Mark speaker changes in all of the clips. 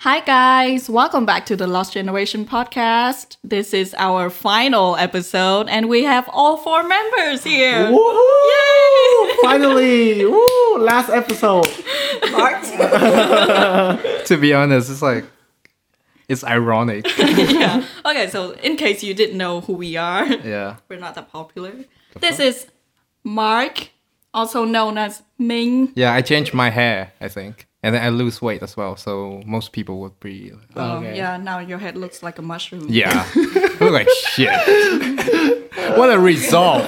Speaker 1: Hi, guys. Welcome back to the Lost Generation podcast. This is our final episode, and we have all four members here.
Speaker 2: Woohoo!
Speaker 1: Yay!
Speaker 2: Finally! Woo! Last episode.
Speaker 3: Part two.
Speaker 4: to be honest, it's like it's ironic.
Speaker 1: yeah. Okay, so in case you didn't know who we are,
Speaker 4: yeah.
Speaker 1: we're not that popular. This is Mark, also known as Ming.
Speaker 4: Yeah, I changed my hair, I think. And then I lose weight as well, so most people would be uh,
Speaker 1: Um, yeah, now your head looks like a mushroom.
Speaker 4: Yeah. I look like shit. what a result.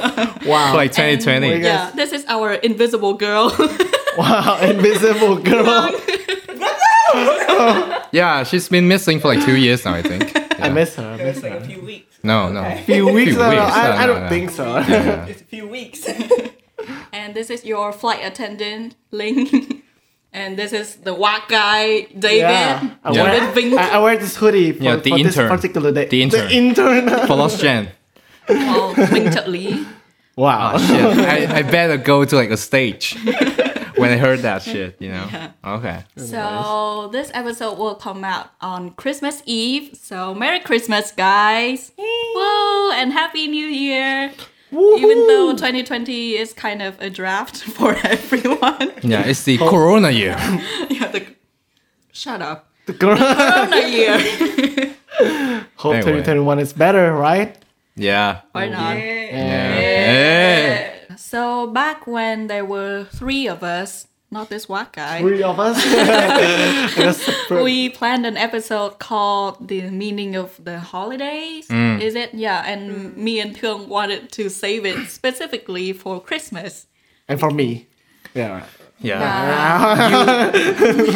Speaker 4: Wow. like twenty twenty.
Speaker 1: Yeah, this is our invisible girl.
Speaker 2: Wow, invisible girl.
Speaker 4: Yeah, she's been missing for like two years now, I think.
Speaker 2: I
Speaker 4: Yeah.
Speaker 2: miss her. I miss
Speaker 3: It's like
Speaker 2: her.
Speaker 3: a few weeks.
Speaker 4: No, no.
Speaker 2: Few weeks. no, no,
Speaker 4: weeks,
Speaker 2: I,
Speaker 4: no,
Speaker 2: I
Speaker 4: no,
Speaker 2: don't
Speaker 4: no.
Speaker 2: think so.
Speaker 3: It's a few weeks.
Speaker 1: and this is your flight attendant, Ling. and this is the white guy, David.
Speaker 2: Yeah. I,
Speaker 4: Yeah.
Speaker 1: David Ving.
Speaker 2: Wear, I, I wear this hoodie for,
Speaker 4: Yeah, the
Speaker 2: for this
Speaker 4: intern.
Speaker 2: particular day.
Speaker 4: The intern.
Speaker 2: The intern.
Speaker 4: For Lost Gen.
Speaker 1: called Wing Chut Lee.
Speaker 2: wow.
Speaker 4: Shit. I, I better go to like a stage when I heard that shit, you know? Okay.
Speaker 1: So this episode will come out on Christmas Eve. So Merry Christmas, guys! Woo! And Happy New Year! Even though 2020 is kind of a draft for everyone.
Speaker 4: Yeah, it's the corona year.
Speaker 1: yeah, the, shut up.
Speaker 2: The girl.
Speaker 1: Corona year.
Speaker 2: Hope
Speaker 4: Anyway.
Speaker 2: 2021 is better, right?
Speaker 4: Yeah.
Speaker 1: Why not?
Speaker 4: Yeah. Hey.
Speaker 1: So back when there were three of us, not this white guy.
Speaker 2: Three of us. That's super-
Speaker 1: we planned an episode called the meaning of the holidays is it yeah and me and Thương wanted to save it specifically for christmas
Speaker 2: and for me. Yeah. right.
Speaker 4: Yeah.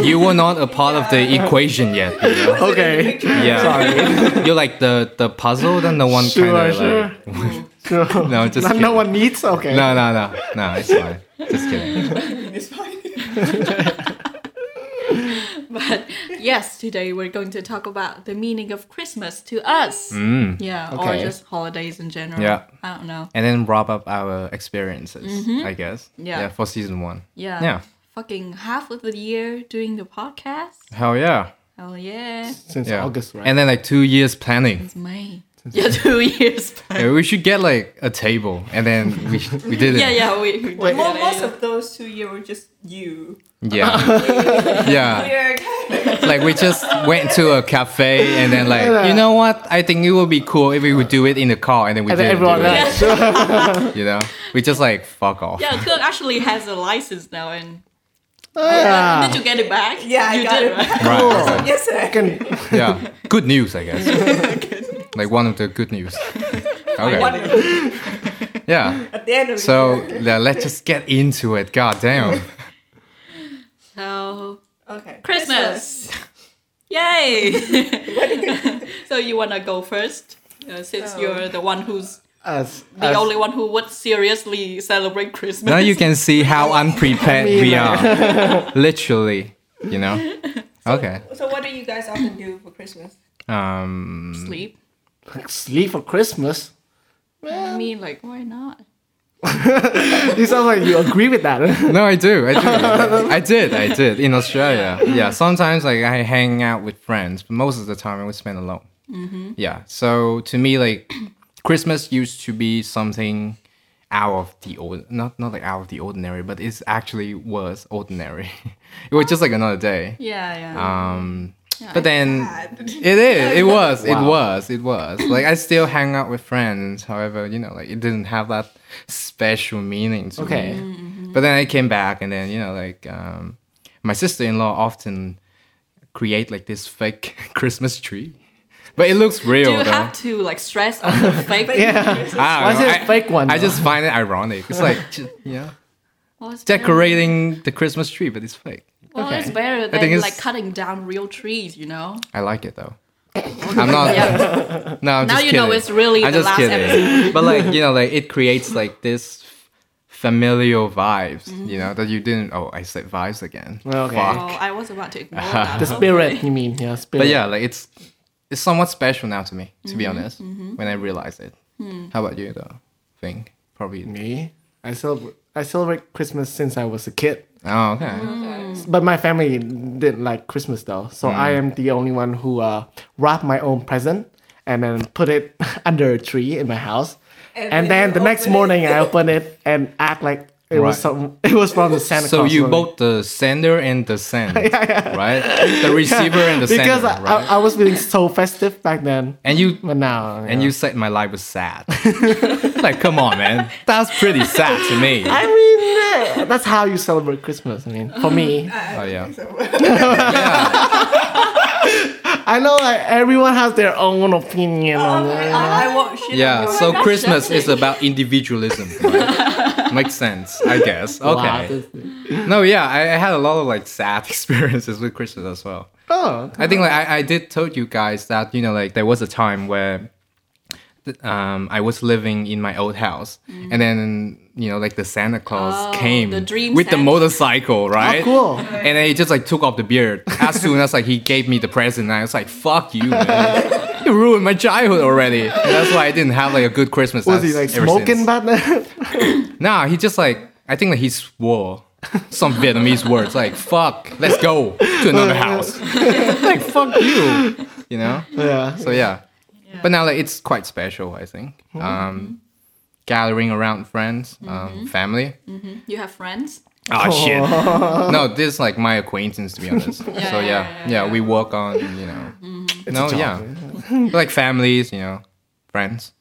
Speaker 4: You were not a part of the equation yet. you know?
Speaker 2: Okay.
Speaker 4: Yeah. You're like the, the puzzle that no one
Speaker 2: Sure,
Speaker 4: kind of
Speaker 2: sure.
Speaker 4: like.
Speaker 2: Sure.
Speaker 4: No, just
Speaker 2: no,
Speaker 4: kidding.
Speaker 2: no one needs. Okay.
Speaker 4: No, no, no. No, it's fine. Just kidding.
Speaker 3: it's fine.
Speaker 1: but yes today we're going to talk about the meaning of christmas to us yeah or
Speaker 2: Okay.
Speaker 1: just holidays in general
Speaker 4: Yeah.
Speaker 1: i don't know
Speaker 4: And then wrap up our experiences,
Speaker 2: Mm-hmm.
Speaker 4: I guess.
Speaker 1: Yeah.
Speaker 4: For season one.
Speaker 1: yeah
Speaker 4: Yeah.
Speaker 1: fucking half of the year doing the podcast
Speaker 4: Hell yeah.
Speaker 1: oh yeah
Speaker 2: Since
Speaker 4: Yeah.
Speaker 2: August, right?
Speaker 4: And then like two years planning.
Speaker 1: it's may yeah two years back.
Speaker 4: Yeah, we should get like a table and then we, we did it.
Speaker 1: yeah yeah we, we
Speaker 2: Wait.
Speaker 3: Mo- most of those two years were just you.
Speaker 4: Yeah. yeah.
Speaker 3: Weird.
Speaker 4: like we just went to a cafe and then like you know what i think it would be cool if we would do it in the car and then we
Speaker 2: And
Speaker 4: did
Speaker 2: then everyone
Speaker 4: it,
Speaker 2: else.
Speaker 4: you know we just like fuck off
Speaker 1: yeah Thương actually has a license now and
Speaker 4: Oh,
Speaker 2: Yeah.
Speaker 1: Did you get it back?
Speaker 3: Yeah, I
Speaker 1: you
Speaker 3: got
Speaker 1: did,
Speaker 3: it
Speaker 1: right?
Speaker 4: right
Speaker 3: Yes, sir.
Speaker 2: Can-
Speaker 4: yeah good news i guess like one of the good news okay yeah
Speaker 3: At the end of
Speaker 4: so
Speaker 3: the year.
Speaker 4: yeah, let's just get into it god damn
Speaker 1: So
Speaker 3: Okay.
Speaker 1: Christmas, yay! so you wanna go first, uh, since
Speaker 3: Oh.
Speaker 1: you're the one who's
Speaker 2: as,
Speaker 1: the
Speaker 2: as-
Speaker 1: only one who would seriously celebrate Christmas.
Speaker 4: now you can see how unprepared we are literally you know okay
Speaker 3: So what do you guys often do for Christmas?
Speaker 4: um
Speaker 1: sleep.
Speaker 2: sleep for Christmas.
Speaker 1: I mean, like, why not?
Speaker 2: You sound like you agree with that.
Speaker 4: No, I do. I do. I did. I did in Australia. Yeah. Sometimes like I hang out with friends, but most of the time I would spend alone. Yeah. So to me, like Christmas used to be something out of the old, not not like out of the ordinary, but it's actually was ordinary. it was just like another day.
Speaker 1: Yeah, yeah.
Speaker 4: Um, but then
Speaker 3: Bad.
Speaker 4: it is. It was. It
Speaker 2: Wow.
Speaker 4: was. It was. Like I still hang out with friends. However, you know, like it didn't have that special meaning to
Speaker 2: Okay.
Speaker 4: me.
Speaker 1: Mm-hmm.
Speaker 4: But then I came back, and then you know, like um, my sister-in-law often create like this fake Christmas tree, but it looks real
Speaker 1: Do you
Speaker 4: though.
Speaker 1: have to like stress on the fake?
Speaker 2: yeah.
Speaker 4: I
Speaker 2: Why
Speaker 4: don't
Speaker 2: is
Speaker 4: know,
Speaker 2: it
Speaker 4: I-
Speaker 2: fake one,
Speaker 4: I
Speaker 2: though?
Speaker 4: just find it ironic. It's like, ju- yeah,
Speaker 1: Well, it's better-
Speaker 4: decorating the Christmas tree, but it's fake.
Speaker 1: Well,
Speaker 2: Okay.
Speaker 1: it's better than
Speaker 4: think it's-
Speaker 1: like cutting down real trees, you know.
Speaker 4: I like it though. I'm not.
Speaker 1: Yeah.
Speaker 4: No, I'm
Speaker 1: Now
Speaker 4: just
Speaker 1: you know
Speaker 4: kidding.
Speaker 1: it's really
Speaker 4: I'm
Speaker 1: the
Speaker 4: just
Speaker 1: last
Speaker 4: kidding. But like you know, like it creates like this f- familial vibes.
Speaker 1: Mm-hmm.
Speaker 4: You know that you didn't. Oh, I said vibes again.
Speaker 2: Okay.
Speaker 4: Fuck.
Speaker 1: Oh, I was about to ignore that.
Speaker 2: The spirit, you mean? Yeah, spirit.
Speaker 4: But yeah, like it's it's somewhat special now to me, to be
Speaker 1: Mm-hmm.
Speaker 4: honest. When I realize it.
Speaker 1: Hmm.
Speaker 4: How about you though? Think probably.
Speaker 2: me. I celebrate. I celebrate Christmas since I was a kid.
Speaker 4: Oh, okay.
Speaker 1: Mm-hmm.
Speaker 3: Okay.
Speaker 2: But my family didn't like Christmas though, so
Speaker 4: Hmm.
Speaker 2: I am the only one who uh, wrapped my own present and then put it under a tree in my house. And,
Speaker 3: And then
Speaker 2: then the
Speaker 3: you
Speaker 2: next
Speaker 3: open it.
Speaker 2: morning, I open it and act like it was
Speaker 4: Right.
Speaker 2: some. It was from the Santa
Speaker 4: So
Speaker 2: Claus.
Speaker 4: you
Speaker 2: movie.
Speaker 4: both the sender and the send, right? The receiver and the
Speaker 2: because
Speaker 4: sender,
Speaker 2: I,
Speaker 4: right?
Speaker 2: I, I was feeling so festive back then,
Speaker 4: and you
Speaker 2: but now
Speaker 4: and you said my life was sad. like, come on, man, that's pretty sad to me.
Speaker 2: I mean, eh, that's how you celebrate Christmas. I mean, for me,
Speaker 4: Oh yeah,
Speaker 3: So,
Speaker 2: I know like everyone has their own opinion on it.
Speaker 3: I, I won't shit.
Speaker 4: yeah.
Speaker 3: on you.
Speaker 4: So
Speaker 1: Oh that's
Speaker 4: Christmas is
Speaker 1: definitely-
Speaker 4: about individualism. right? Makes sense, I guess.
Speaker 2: Wow,
Speaker 4: Okay.
Speaker 2: this thing.
Speaker 4: No, yeah, I, I had a lot of like sad experiences with Christmas as well.
Speaker 2: Oh,
Speaker 4: I think like I, I did told you guys that you know like there was a time where th- um, I was living in my old house and then you know like the Santa Claus
Speaker 1: Mm. Oh,
Speaker 4: came
Speaker 1: the dream
Speaker 4: with the
Speaker 1: Santa.
Speaker 4: motorcycle right
Speaker 2: cool.
Speaker 4: and then he just like took off the beard as soon as like he gave me the present and I was like fuck you man you ruined my childhood already and that's why I didn't have like a good Christmas
Speaker 2: was he
Speaker 4: as-
Speaker 2: like
Speaker 4: ever
Speaker 2: smoking
Speaker 4: since.
Speaker 2: back then?
Speaker 4: Nah, he just like I think like he swore some Vietnamese words like "fuck," let's go to another house. like fuck you, you know.
Speaker 2: yeah.
Speaker 4: So yeah. but now like it's quite special. I think
Speaker 2: Hmm.
Speaker 4: um, gathering around friends, um, family.
Speaker 1: You have friends?
Speaker 4: Oh shit! no, this is like my acquaintance to be honest. so yeah yeah,
Speaker 1: yeah,
Speaker 4: we work on you know. No, yeah, like families, you know, friends.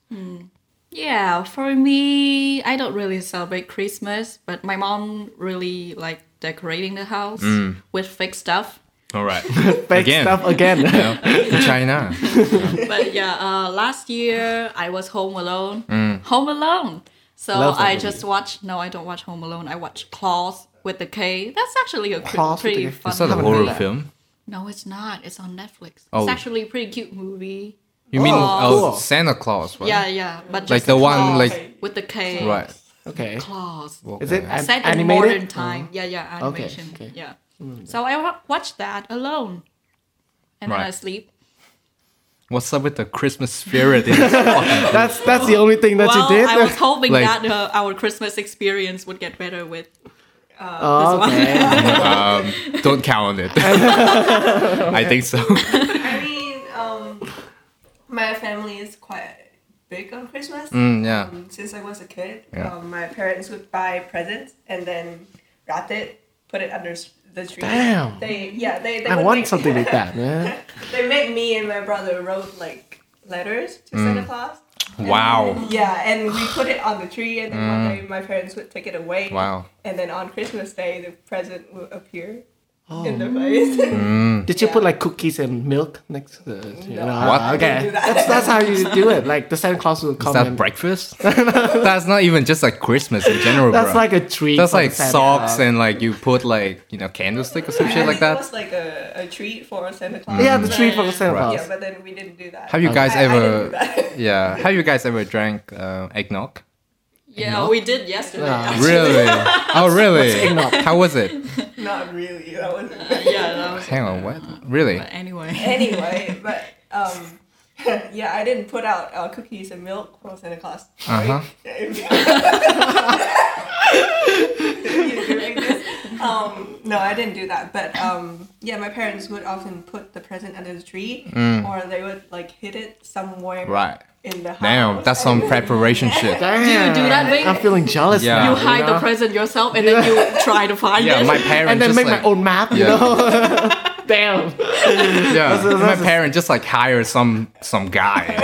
Speaker 1: Yeah, for me, I don't really celebrate Christmas, but my mom really like decorating the house
Speaker 4: Mm.
Speaker 1: with fake stuff.
Speaker 4: All right,
Speaker 2: Fake
Speaker 4: Again.
Speaker 2: stuff again.
Speaker 4: In China.
Speaker 1: But yeah, uh, last year I was home alone.
Speaker 4: Mm.
Speaker 1: Home alone. So
Speaker 2: Love that
Speaker 1: I
Speaker 2: movie.
Speaker 1: just watched. No, I don't watch Home Alone. I watch Claws with the K. That's actually a cr-
Speaker 2: Claws with
Speaker 1: pretty
Speaker 2: the K.
Speaker 1: fun.
Speaker 4: Is that a
Speaker 1: movie.
Speaker 4: horror film?
Speaker 1: No, it's not. It's on Netflix.
Speaker 4: Oh.
Speaker 1: It's actually a pretty cute movie.
Speaker 4: You mean
Speaker 1: Claws.
Speaker 4: oh,
Speaker 2: Cool.
Speaker 4: Santa Claus, right?
Speaker 1: Yeah, yeah, but just
Speaker 4: Like the one,
Speaker 1: Claws
Speaker 4: like
Speaker 1: with the K.
Speaker 4: right.
Speaker 2: Okay.
Speaker 1: Claws.
Speaker 2: Is it an-
Speaker 1: set in
Speaker 2: animated?
Speaker 1: Uh,
Speaker 2: Oh.
Speaker 1: modern time. Yeah, yeah, animation.
Speaker 2: okay. Hmm.
Speaker 1: Yeah. So I wa- watched that alone, and then I
Speaker 4: Right.
Speaker 1: sleep.
Speaker 4: What's up with the Christmas spirit? in this fucking-
Speaker 2: That's that's the only thing that
Speaker 1: well,
Speaker 2: you did.
Speaker 1: I was hoping
Speaker 4: Like-
Speaker 1: that uh, our Christmas experience would get better with.
Speaker 2: Oh, okay.
Speaker 4: um, don't count it. I think so.
Speaker 3: I mean, um, my family is quite big on Christmas.
Speaker 4: Mm, yeah.
Speaker 3: Um, since I was a kid,
Speaker 4: Yeah.
Speaker 3: um, my parents would buy presents and then wrap it, put it under s- the tree.
Speaker 2: Damn.
Speaker 3: They yeah they. they
Speaker 2: I
Speaker 3: would
Speaker 2: want
Speaker 3: make-
Speaker 2: something like that, man.
Speaker 3: they made me and my brother wrote like letters to
Speaker 2: Mm.
Speaker 3: Santa Claus. And
Speaker 4: Wow.
Speaker 3: then- yeah, and we put it on the tree, and then
Speaker 4: Mm.
Speaker 3: one day my parents would take it away.
Speaker 4: Wow.
Speaker 3: And then on Christmas Day, the present will appear
Speaker 2: Oh.
Speaker 3: in the place.
Speaker 4: Mm.
Speaker 2: Did you put like cookies and milk next to it? You know,
Speaker 4: Hmm. What?
Speaker 2: ah,
Speaker 3: Don't
Speaker 2: Okay.
Speaker 3: do that.
Speaker 2: That's, that's how you do it. Like the Santa Claus will come
Speaker 4: Is that
Speaker 2: and-
Speaker 4: breakfast? That's not even just like Christmas in general,
Speaker 2: That's
Speaker 4: bro.
Speaker 2: like a treat.
Speaker 4: That's
Speaker 2: for
Speaker 4: like
Speaker 2: Santa
Speaker 4: socks
Speaker 2: Claus.
Speaker 4: and like you put like you know candlestick or some
Speaker 3: I
Speaker 4: shit like
Speaker 3: think
Speaker 4: that.
Speaker 3: It was like a, a treat for Santa Claus.
Speaker 2: Yeah, the
Speaker 3: but-
Speaker 2: treat for Santa
Speaker 4: Right.
Speaker 2: Claus.
Speaker 3: Yeah, but then we didn't do that.
Speaker 4: Have you guys
Speaker 3: I- I didn't do
Speaker 4: ever?
Speaker 3: that.
Speaker 4: Yeah. Have you guys ever drank uh, eggnog?
Speaker 1: Yeah, we did yesterday.
Speaker 2: Yeah.
Speaker 4: Really? Oh, really?
Speaker 2: eggnog?
Speaker 4: How was it?
Speaker 3: Not really. That wasn't.
Speaker 1: yeah. That was,
Speaker 4: Hang on, what? Really?
Speaker 1: but anyway.
Speaker 3: anyway, but um, yeah, I didn't put out uh, cookies and milk for Santa Claus.
Speaker 4: Uh-huh.
Speaker 3: You're doing this. um, no, I didn't do that. But um, yeah, my parents would often put the present under the tree, or they would like hit it somewhere
Speaker 4: Mm. Right.
Speaker 3: in the house.
Speaker 4: Damn, that's some preparation shit.
Speaker 2: Damn.
Speaker 1: you do that, Vic?
Speaker 2: I'm feeling jealous
Speaker 4: Yeah.
Speaker 1: You
Speaker 2: now.
Speaker 4: You
Speaker 1: hide
Speaker 2: know?
Speaker 1: the present yourself, and then you try to find
Speaker 4: Ah, Yeah,
Speaker 1: it.
Speaker 4: my parents
Speaker 2: and then
Speaker 4: just
Speaker 2: make
Speaker 4: like,
Speaker 2: my own map. You
Speaker 4: Yeah.
Speaker 2: know. Damn.
Speaker 4: Yeah, my parents just like hire some some guy,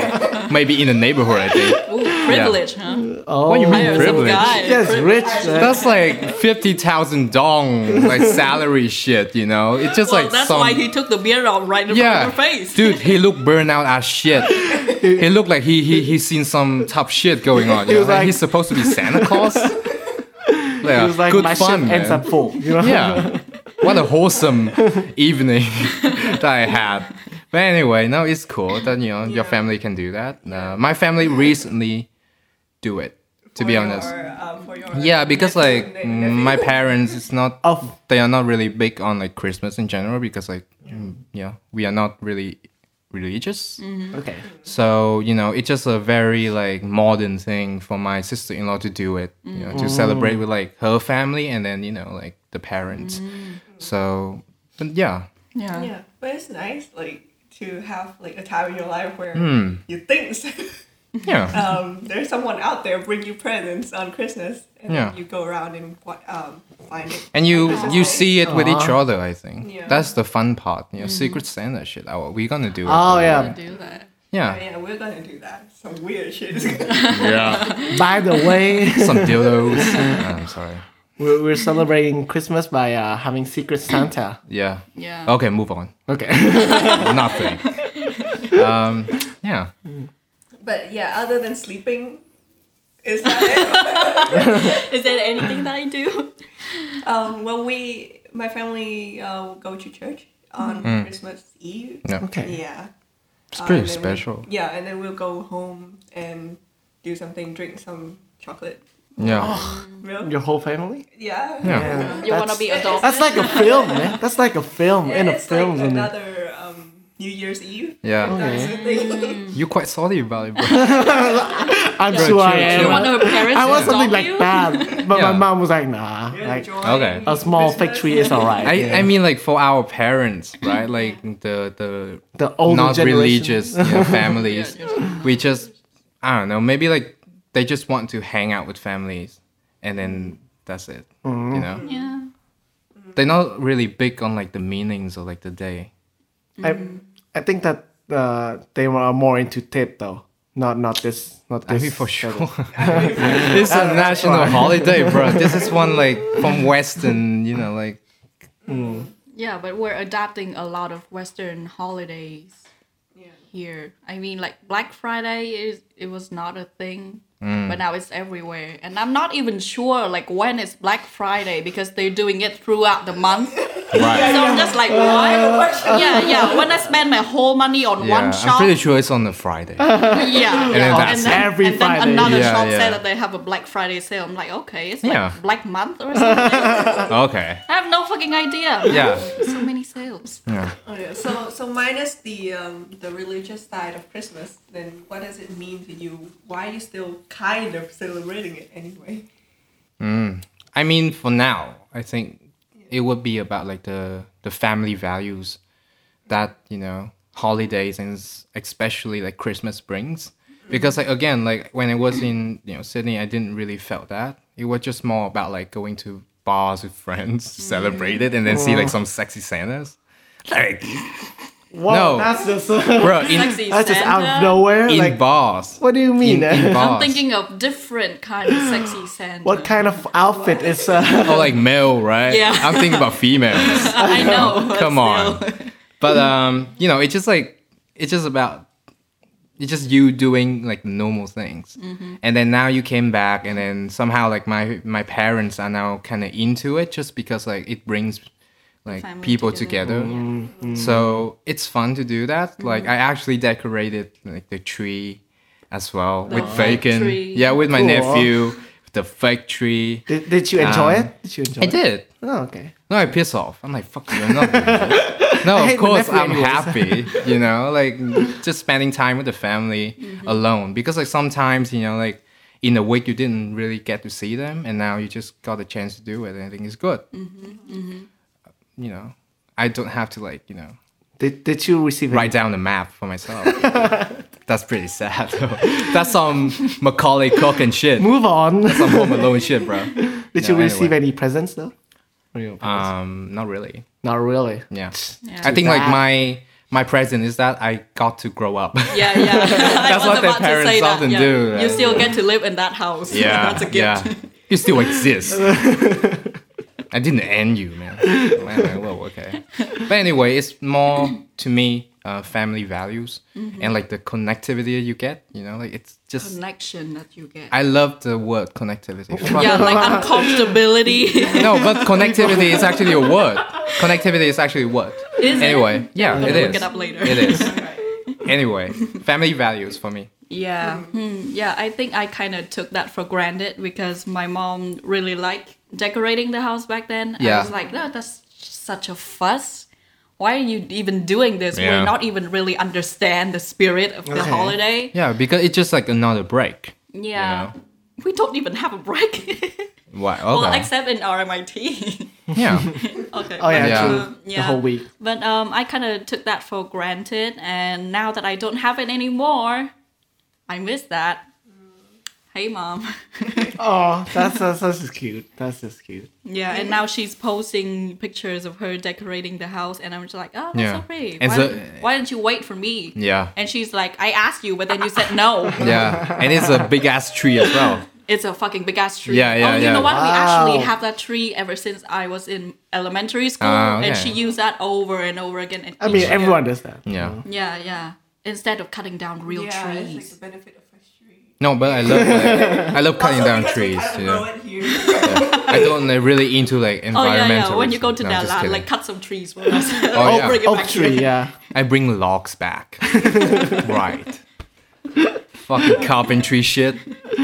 Speaker 4: maybe in the neighborhood. I think
Speaker 1: Ooh, privilege, huh?
Speaker 2: Oh,
Speaker 4: you mean?
Speaker 1: Hire some
Speaker 4: Privilege.
Speaker 1: guy.
Speaker 2: Yes,
Speaker 1: Privilege.
Speaker 2: rich. man.
Speaker 4: that's like fifty thousand dong like salary shit. You know, it's just
Speaker 1: Well,
Speaker 4: like
Speaker 1: that's
Speaker 4: some.
Speaker 1: why he took the beer out right in
Speaker 4: yeah,
Speaker 1: front of her face.
Speaker 4: dude, he looked burned out as shit. He looked like he he he's seen some tough shit going on. You know?
Speaker 2: was
Speaker 4: like,
Speaker 2: like-
Speaker 4: he's supposed to be Santa Claus. Yeah,
Speaker 2: It was like
Speaker 4: good
Speaker 2: my
Speaker 4: fun,
Speaker 2: ship
Speaker 4: man.
Speaker 2: ends up full. You know.
Speaker 4: yeah what a wholesome evening that i had but anyway no it's cool that you know your family can do that uh, my family recently do it to be
Speaker 3: For
Speaker 4: honest
Speaker 3: your, um, for your
Speaker 4: yeah because like
Speaker 3: nephew,
Speaker 4: mm,
Speaker 3: nephew.
Speaker 4: my parents it's not
Speaker 2: Of
Speaker 4: they are not really big on like christmas in general because like mm, yeah we are not really religious.
Speaker 2: Okay.
Speaker 4: So, you know, it's just a very like modern thing for my sister in law to do it, you know, to
Speaker 2: Mm.
Speaker 4: celebrate with like her family and then, you know, like the parents.
Speaker 2: Mm.
Speaker 4: So, but yeah. mm.
Speaker 1: Yeah.
Speaker 3: Yeah, but it's nice like to have like a time in your life where
Speaker 4: Hmm.
Speaker 3: you think
Speaker 4: Yeah.
Speaker 2: Uh,
Speaker 3: um, there's someone out there bring you presents on Christmas, and
Speaker 4: Yeah.
Speaker 3: then you go around and wa- um, find it.
Speaker 4: And you you see it with each other, I think.
Speaker 3: Yeah.
Speaker 4: That's the fun part. You know, Secret Santa shit. Oh, we're gonna do it.
Speaker 2: Mm-hmm. Oh
Speaker 4: for
Speaker 2: yeah.
Speaker 1: I do that.
Speaker 3: Oh,
Speaker 4: Yeah.
Speaker 3: yeah, we're gonna do that. Some weird shit.
Speaker 4: Yeah.
Speaker 2: By the way,
Speaker 4: Some dildos. I'm sorry.
Speaker 2: we're, we're celebrating Christmas by uh, having Secret Santa.
Speaker 4: Yeah.
Speaker 1: Yeah.
Speaker 4: Okay, move on.
Speaker 2: Okay.
Speaker 4: Nothing. Um, yeah.
Speaker 3: but yeah, other than sleeping, is that
Speaker 1: Is there anything that I do?
Speaker 3: it? Um, when we, my family, uh, go to church
Speaker 2: Mm.
Speaker 3: on Christmas Eve.
Speaker 4: Yeah.
Speaker 2: okay.
Speaker 3: Yeah.
Speaker 4: It's
Speaker 3: Uh,
Speaker 4: pretty
Speaker 3: and then we-
Speaker 4: special.
Speaker 3: yeah, and then we'll go home and do something, drink some chocolate
Speaker 4: Yeah.
Speaker 2: Mm.
Speaker 3: milk.
Speaker 2: Your whole family?
Speaker 3: Yeah.
Speaker 4: Yeah.
Speaker 1: You want to
Speaker 2: That's-
Speaker 1: be adult?
Speaker 2: That's like a film, man. That's like a film in
Speaker 3: And
Speaker 2: a
Speaker 3: it's like
Speaker 2: film. isn't it?
Speaker 3: another um, New Year's Eve.
Speaker 4: Oh, Yeah.
Speaker 3: That's the thing.
Speaker 4: You're quite salty about it, bro.
Speaker 2: I'm sure I
Speaker 4: true,
Speaker 2: am.
Speaker 4: true.
Speaker 1: you want her parents
Speaker 2: I
Speaker 1: to
Speaker 2: want something
Speaker 1: adopt
Speaker 2: like
Speaker 1: you?
Speaker 2: that, but my
Speaker 4: Yeah.
Speaker 2: mom was like, nah,
Speaker 3: You're
Speaker 2: like
Speaker 3: enjoying
Speaker 4: Okay.
Speaker 2: a small
Speaker 3: Christmas.
Speaker 2: fig tree is alright.
Speaker 4: I,
Speaker 2: yeah.
Speaker 4: I mean, like for our parents, right? Like the the
Speaker 2: the older
Speaker 4: not
Speaker 2: generation.
Speaker 4: religious you know, families, we just I don't know. Maybe like they just want to hang out with families, and then that's it. You know,
Speaker 1: Yeah.
Speaker 4: they're not really big on like the meanings or like the day.
Speaker 2: I, I think that uh, they were more into Tet though, not not this, not
Speaker 4: I
Speaker 2: this.
Speaker 4: mean, for sure, it's a national holiday, bro. This is one like from Western, you know, like
Speaker 1: Yeah, but we're adopting a lot of Western holidays
Speaker 3: Yeah.
Speaker 1: here. I mean, like Black Friday is it was not a thing,
Speaker 4: Mm.
Speaker 1: but now it's everywhere. And I'm not even sure like when is Black Friday because they're doing it throughout the month.
Speaker 4: right.
Speaker 1: So I'm just like, what? Yeah, yeah. When I spend my whole money on
Speaker 4: Yeah,
Speaker 1: one shop,
Speaker 4: I'm pretty sure it's on the Friday.
Speaker 1: yeah, and
Speaker 4: then that's
Speaker 2: every
Speaker 1: and then
Speaker 2: Friday.
Speaker 1: another
Speaker 4: Yeah,
Speaker 1: shop
Speaker 4: yeah.
Speaker 1: said that they have a Black Friday sale. I'm like, okay, it's
Speaker 4: Yeah.
Speaker 1: like Black Month or something.
Speaker 4: Okay.
Speaker 1: I have no fucking idea.
Speaker 4: Yeah.
Speaker 1: so many sales.
Speaker 4: Yeah.
Speaker 3: Oh, yeah. So, so minus the um, the religious side of Christmas, then what does it mean to you? Why are you still kind of celebrating it anyway?
Speaker 4: I mean, for now, I think it would be about like the the family values that you know holidays and s- especially like Christmas brings. Because like again, like when I was in you know Sydney, I didn't really felt that. It was just more about like going to bars with friends, celebrate it, and then see like
Speaker 2: Mm.
Speaker 4: some sexy Santas. Like,
Speaker 2: Whoa,
Speaker 4: No.
Speaker 2: that's just
Speaker 4: bro, in,
Speaker 1: Sexy
Speaker 2: that's just out of
Speaker 1: Santa.
Speaker 2: nowhere.
Speaker 4: in
Speaker 2: like,
Speaker 4: bars.
Speaker 2: what do you mean? uh,
Speaker 4: In, in bars.
Speaker 1: I'm thinking of different kind of sexy Santa.
Speaker 2: what kind of outfit is? Uh,
Speaker 4: Oh, like male, right?
Speaker 1: Yeah.
Speaker 4: I'm thinking about females.
Speaker 1: I know. but
Speaker 4: Come on.
Speaker 1: still.
Speaker 4: But um, you know, it's just like it's just about it's just you doing like normal things,
Speaker 1: Mm-hmm.
Speaker 4: and then now you came back, and then somehow like my my parents are now kind of into it just because like it brings like
Speaker 1: Family
Speaker 4: people
Speaker 1: together. Mm-hmm.
Speaker 4: together.
Speaker 2: Mm-hmm.
Speaker 4: So it's fun to do that. Like I actually decorated like the tree as well with
Speaker 1: fake
Speaker 4: bacon.
Speaker 1: tree.
Speaker 4: Yeah, with my
Speaker 2: Cool.
Speaker 4: nephew, the fake tree.
Speaker 2: did, did you enjoy
Speaker 4: Um,
Speaker 2: it? Did you enjoy
Speaker 4: I
Speaker 2: it?
Speaker 4: did.
Speaker 2: Oh, okay.
Speaker 4: No, I piss off. I'm like, fuck you. I'm not doing that. no,
Speaker 2: hate
Speaker 4: of
Speaker 2: when
Speaker 4: course
Speaker 2: nephew
Speaker 4: I'm
Speaker 2: angles.
Speaker 4: happy. You know, like just spending time with the family
Speaker 2: Mm-hmm.
Speaker 4: alone because like sometimes you know like in a week you didn't really get to see them and now you just got a chance to do it and I think it's good.
Speaker 2: Mm-hmm,
Speaker 4: Uh, You know, I don't have to like you know
Speaker 2: Did, did you receive
Speaker 4: write down a map for myself. That's pretty sad. though. That's some Macaulay Cook and shit.
Speaker 2: it? Move on. did
Speaker 4: Some Home Alone shit, bro.
Speaker 2: you
Speaker 4: No,
Speaker 2: receive
Speaker 4: anyway.
Speaker 2: any presents though? For your parents?
Speaker 4: Um, not really.
Speaker 2: Not really.
Speaker 4: Yeah.
Speaker 1: Yeah.
Speaker 4: I think
Speaker 2: Too
Speaker 4: like
Speaker 2: bad.
Speaker 4: my my present is that I got to grow up.
Speaker 1: Yeah, yeah. That's
Speaker 4: what their parents often do,
Speaker 1: You
Speaker 4: right?
Speaker 1: still get to live in that house. That's a gift.
Speaker 4: You still exist. I didn't end you, man. man well, okay. But anyway, it's more to me uh, family values
Speaker 1: Mm-hmm.
Speaker 4: and like the connectivity you get. You know, like it's just
Speaker 1: Connection that you get.
Speaker 4: I love the word connectivity.
Speaker 1: yeah, like uncomfortability.
Speaker 4: no, but connectivity is actually a word. Connectivity is actually a word.
Speaker 1: Is it?
Speaker 4: anyway, yeah,
Speaker 1: I'm
Speaker 4: it
Speaker 1: gonna
Speaker 4: is.
Speaker 1: look it up later.
Speaker 4: It is. Anyway, family values for me.
Speaker 1: Yeah, Hmm. yeah. I think I kind of took that for granted because my mom really liked decorating the house back then. I
Speaker 4: Yeah.
Speaker 1: was like, no, that's such a fuss. why are you even doing this?
Speaker 4: Yeah.
Speaker 1: We're not even really understand the spirit of the
Speaker 2: Okay.
Speaker 1: holiday.
Speaker 4: Yeah, because it's just like another break.
Speaker 1: Yeah. We don't even have a break.
Speaker 4: Why? Okay.
Speaker 1: well, except in RMIT.
Speaker 4: yeah.
Speaker 1: okay.
Speaker 2: Oh yeah,
Speaker 4: Yeah.
Speaker 2: true.
Speaker 1: Um,
Speaker 2: The
Speaker 1: yeah.
Speaker 2: whole week.
Speaker 1: But um, I kind of took that for granted, and now that I don't have it anymore, I miss that. Hey, mom.
Speaker 2: Oh, that's that's, that's just cute. That's just cute.
Speaker 1: yeah, and now she's posting pictures of her decorating the house, and I'm just like, oh, that's
Speaker 4: Yeah.
Speaker 1: so pretty.
Speaker 4: And
Speaker 1: Why,
Speaker 4: so-
Speaker 1: didn't- why didn't you wait for me?
Speaker 4: Yeah.
Speaker 1: And she's like, I asked you, but then you said no.
Speaker 4: Yeah. And it's a big ass tree as well.
Speaker 1: It's a fucking big ass tree.
Speaker 4: Yeah, yeah,
Speaker 1: oh, you
Speaker 4: yeah.
Speaker 1: know what? We actually
Speaker 2: Wow.
Speaker 1: have that tree ever since I was in elementary school,
Speaker 4: Ah,
Speaker 1: and
Speaker 4: okay.
Speaker 1: she used that over and over again. And
Speaker 2: I mean,
Speaker 1: each
Speaker 2: everyone
Speaker 1: year.
Speaker 2: does that.
Speaker 4: Yeah.
Speaker 1: Yeah, yeah. Instead of cutting down real
Speaker 3: yeah,
Speaker 1: trees.
Speaker 3: it's like the benefit of a tree.
Speaker 4: No, but I love like, I love cutting
Speaker 3: Also,
Speaker 4: down
Speaker 3: because we
Speaker 4: trees.
Speaker 3: kind
Speaker 4: you
Speaker 3: of
Speaker 4: know.
Speaker 3: grow it here.
Speaker 4: I don't like, really into like
Speaker 1: Oh
Speaker 4: environmental.
Speaker 1: yeah, yeah. When you go to
Speaker 4: no,
Speaker 1: that
Speaker 4: just
Speaker 1: land,
Speaker 4: kidding.
Speaker 1: like cut some trees for us.
Speaker 4: Oh, yeah.
Speaker 1: bring it
Speaker 2: Oak
Speaker 1: back
Speaker 2: tree,
Speaker 1: here.
Speaker 2: yeah.
Speaker 4: I bring logs back. right. Fucking carpentry shit.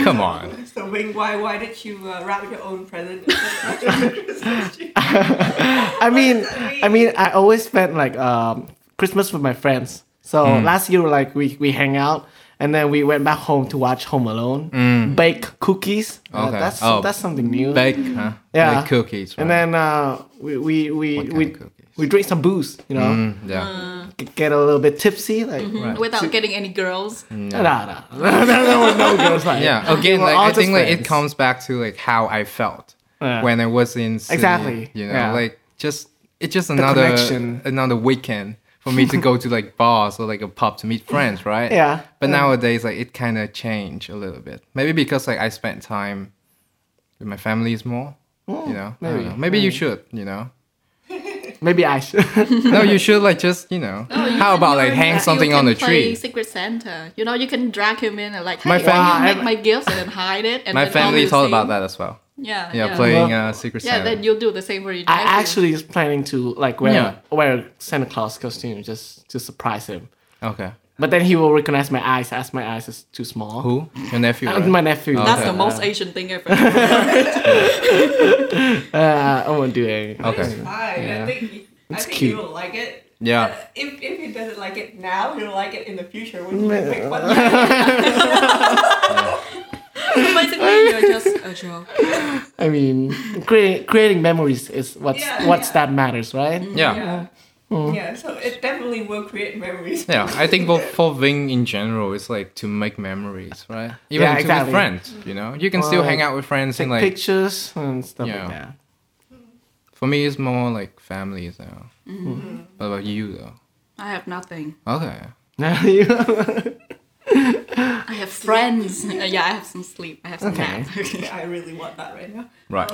Speaker 4: Come on.
Speaker 3: so, Wing, why why did you uh, wrap your own present? yeah,
Speaker 2: I mean, I mean, I always spent like um, Christmas with my friends. So
Speaker 4: Hmm.
Speaker 2: last year, like we we hang out, and then we went back home to watch Home Alone, bake cookies. Uh,
Speaker 4: Hmm. Okay.
Speaker 2: that's
Speaker 4: Oh,
Speaker 2: that's something new.
Speaker 4: Bake, huh?
Speaker 2: Yeah.
Speaker 4: Bake cookies.
Speaker 2: And
Speaker 4: right?
Speaker 2: then uh, we we we
Speaker 4: What kind
Speaker 2: we,
Speaker 4: of cookies?
Speaker 2: we drink some booze. You know,
Speaker 4: Mm, yeah.
Speaker 2: G- get a little bit tipsy. Like
Speaker 4: Right.
Speaker 1: without getting any girls.
Speaker 2: nah, nah, nah, no, no, girls like
Speaker 4: Yeah. Again,
Speaker 2: were
Speaker 4: like
Speaker 2: all
Speaker 4: I
Speaker 2: just
Speaker 4: think like it
Speaker 2: friends.
Speaker 4: comes back to like how I felt
Speaker 2: Yeah.
Speaker 4: when I was in Sydney,
Speaker 2: Exactly,
Speaker 4: You know,
Speaker 2: yeah.
Speaker 4: like just it's just another
Speaker 2: connection.
Speaker 4: another weekend for me to go to like bars or like a pub to meet friends, right?
Speaker 2: Yeah.
Speaker 4: But
Speaker 2: Yeah.
Speaker 4: nowadays, like it kind of changed a little bit. Maybe because like I spent time with my families more. you know, I don't know.
Speaker 2: Mm, maybe,
Speaker 4: maybe, you should. You know,
Speaker 2: Maybe I should.
Speaker 4: no, you should like just Oh, you know. how about like hang something on the
Speaker 1: the
Speaker 4: tree?
Speaker 1: Secret Santa. You know, you can drag him in and like, hey,
Speaker 4: My
Speaker 1: I'll
Speaker 2: fam-
Speaker 1: make my gifts and then hide it. And
Speaker 4: My
Speaker 1: then all
Speaker 4: family
Speaker 1: you
Speaker 4: is all
Speaker 1: see-
Speaker 4: about that as well.
Speaker 1: Yeah,
Speaker 4: Yeah,
Speaker 1: yeah.
Speaker 4: playing
Speaker 2: Well-
Speaker 4: uh, Secret
Speaker 1: Yeah,
Speaker 4: Santa.
Speaker 1: then you'll do the same for your.
Speaker 2: I actually is planning to like wear
Speaker 4: Yeah.
Speaker 2: wear a Santa Claus costume just to surprise him.
Speaker 4: okay.
Speaker 2: But then he will recognize my eyes as my eyes is too small.
Speaker 4: Who? Your nephew.
Speaker 2: Uh,
Speaker 4: right?
Speaker 2: my nephew.
Speaker 1: That's
Speaker 4: Okay.
Speaker 1: the most Asian thing ever.
Speaker 2: Uh, I won't do anything.
Speaker 4: Okay.
Speaker 3: I think he- I think
Speaker 2: cute.
Speaker 3: you will like it.
Speaker 4: Yeah.
Speaker 3: Uh, if if he doesn't like it now, he'll like it in the future when you
Speaker 2: Man.
Speaker 3: pick one.
Speaker 1: Basically, you're just a joke.
Speaker 2: I mean, creating creating memories is what's
Speaker 3: Yeah,
Speaker 2: what's
Speaker 3: yeah. Mm-hmm.
Speaker 2: that matters, right?
Speaker 4: Yeah.
Speaker 3: Yeah. Yeah, so it definitely will create memories.
Speaker 4: Mm-hmm. Yeah, I think for, for Ving in general, it's like to make memories, right? Even
Speaker 2: Yeah,
Speaker 4: to
Speaker 2: exactly.
Speaker 4: with friends, you know, you can still
Speaker 2: Well,
Speaker 4: hang out with friends
Speaker 2: Take
Speaker 4: and like.
Speaker 2: pictures and stuff
Speaker 4: Yeah.
Speaker 2: like that.
Speaker 4: For me, it's more like families now. What about you though?
Speaker 1: I have nothing.
Speaker 4: Okay.
Speaker 2: Now you-
Speaker 1: I have friends. yeah, I have some sleep. I have some
Speaker 2: Okay.
Speaker 1: nap.
Speaker 3: I really want that right now.
Speaker 4: Right.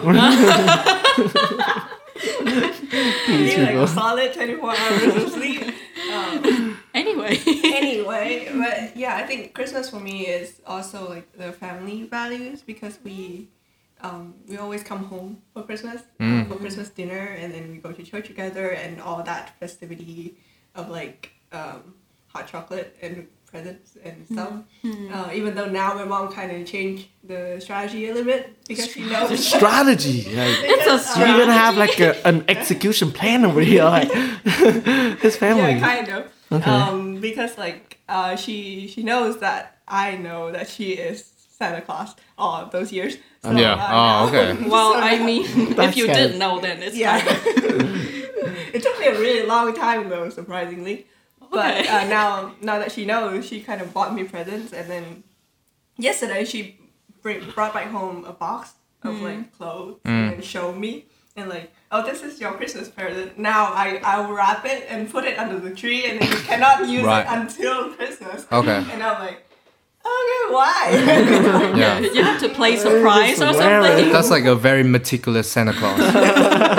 Speaker 3: I need like
Speaker 2: people.
Speaker 3: a solid 24 hours of sleep. Um,
Speaker 1: anyway.
Speaker 3: anyway, but yeah, I think Christmas for me is also like the family values because we um, we always come home for Christmas um, for Christmas dinner, and then we go to church together and all that festivity of like um, hot chocolate and presents and stuff. Uh, even though now my mom kind of changed the strategy a little bit because she knows.
Speaker 2: Strategy. Like,
Speaker 1: It's a
Speaker 2: we
Speaker 1: strategy.
Speaker 2: even have like a, an execution plan over here. Like his family.
Speaker 3: Yeah, kind of. Um, because like uh, she she knows that I know that she is Santa Claus all of those years. So,
Speaker 4: Yeah.
Speaker 3: uh,
Speaker 4: Oh, okay.
Speaker 1: Well, I mean, if
Speaker 2: That's
Speaker 1: you
Speaker 2: kind of-
Speaker 1: didn't know, then it's
Speaker 3: Yeah.
Speaker 1: fine.
Speaker 3: it took me a really long time though, surprisingly. But
Speaker 1: Okay.
Speaker 3: uh, now now that she knows, she kind of bought me presents, and then yesterday she bring, brought back home a box of like clothes
Speaker 4: Mm.
Speaker 3: and then showed me and like. Oh, this is your Christmas present. Now I I will wrap it and put it under the tree, and then you cannot use
Speaker 4: Right.
Speaker 3: it until Christmas.
Speaker 4: Okay.
Speaker 3: And I'm like, okay, why?
Speaker 4: Yeah.
Speaker 1: You have to play surprise or
Speaker 2: wear it.
Speaker 1: something.
Speaker 4: That's like a very meticulous Santa Claus.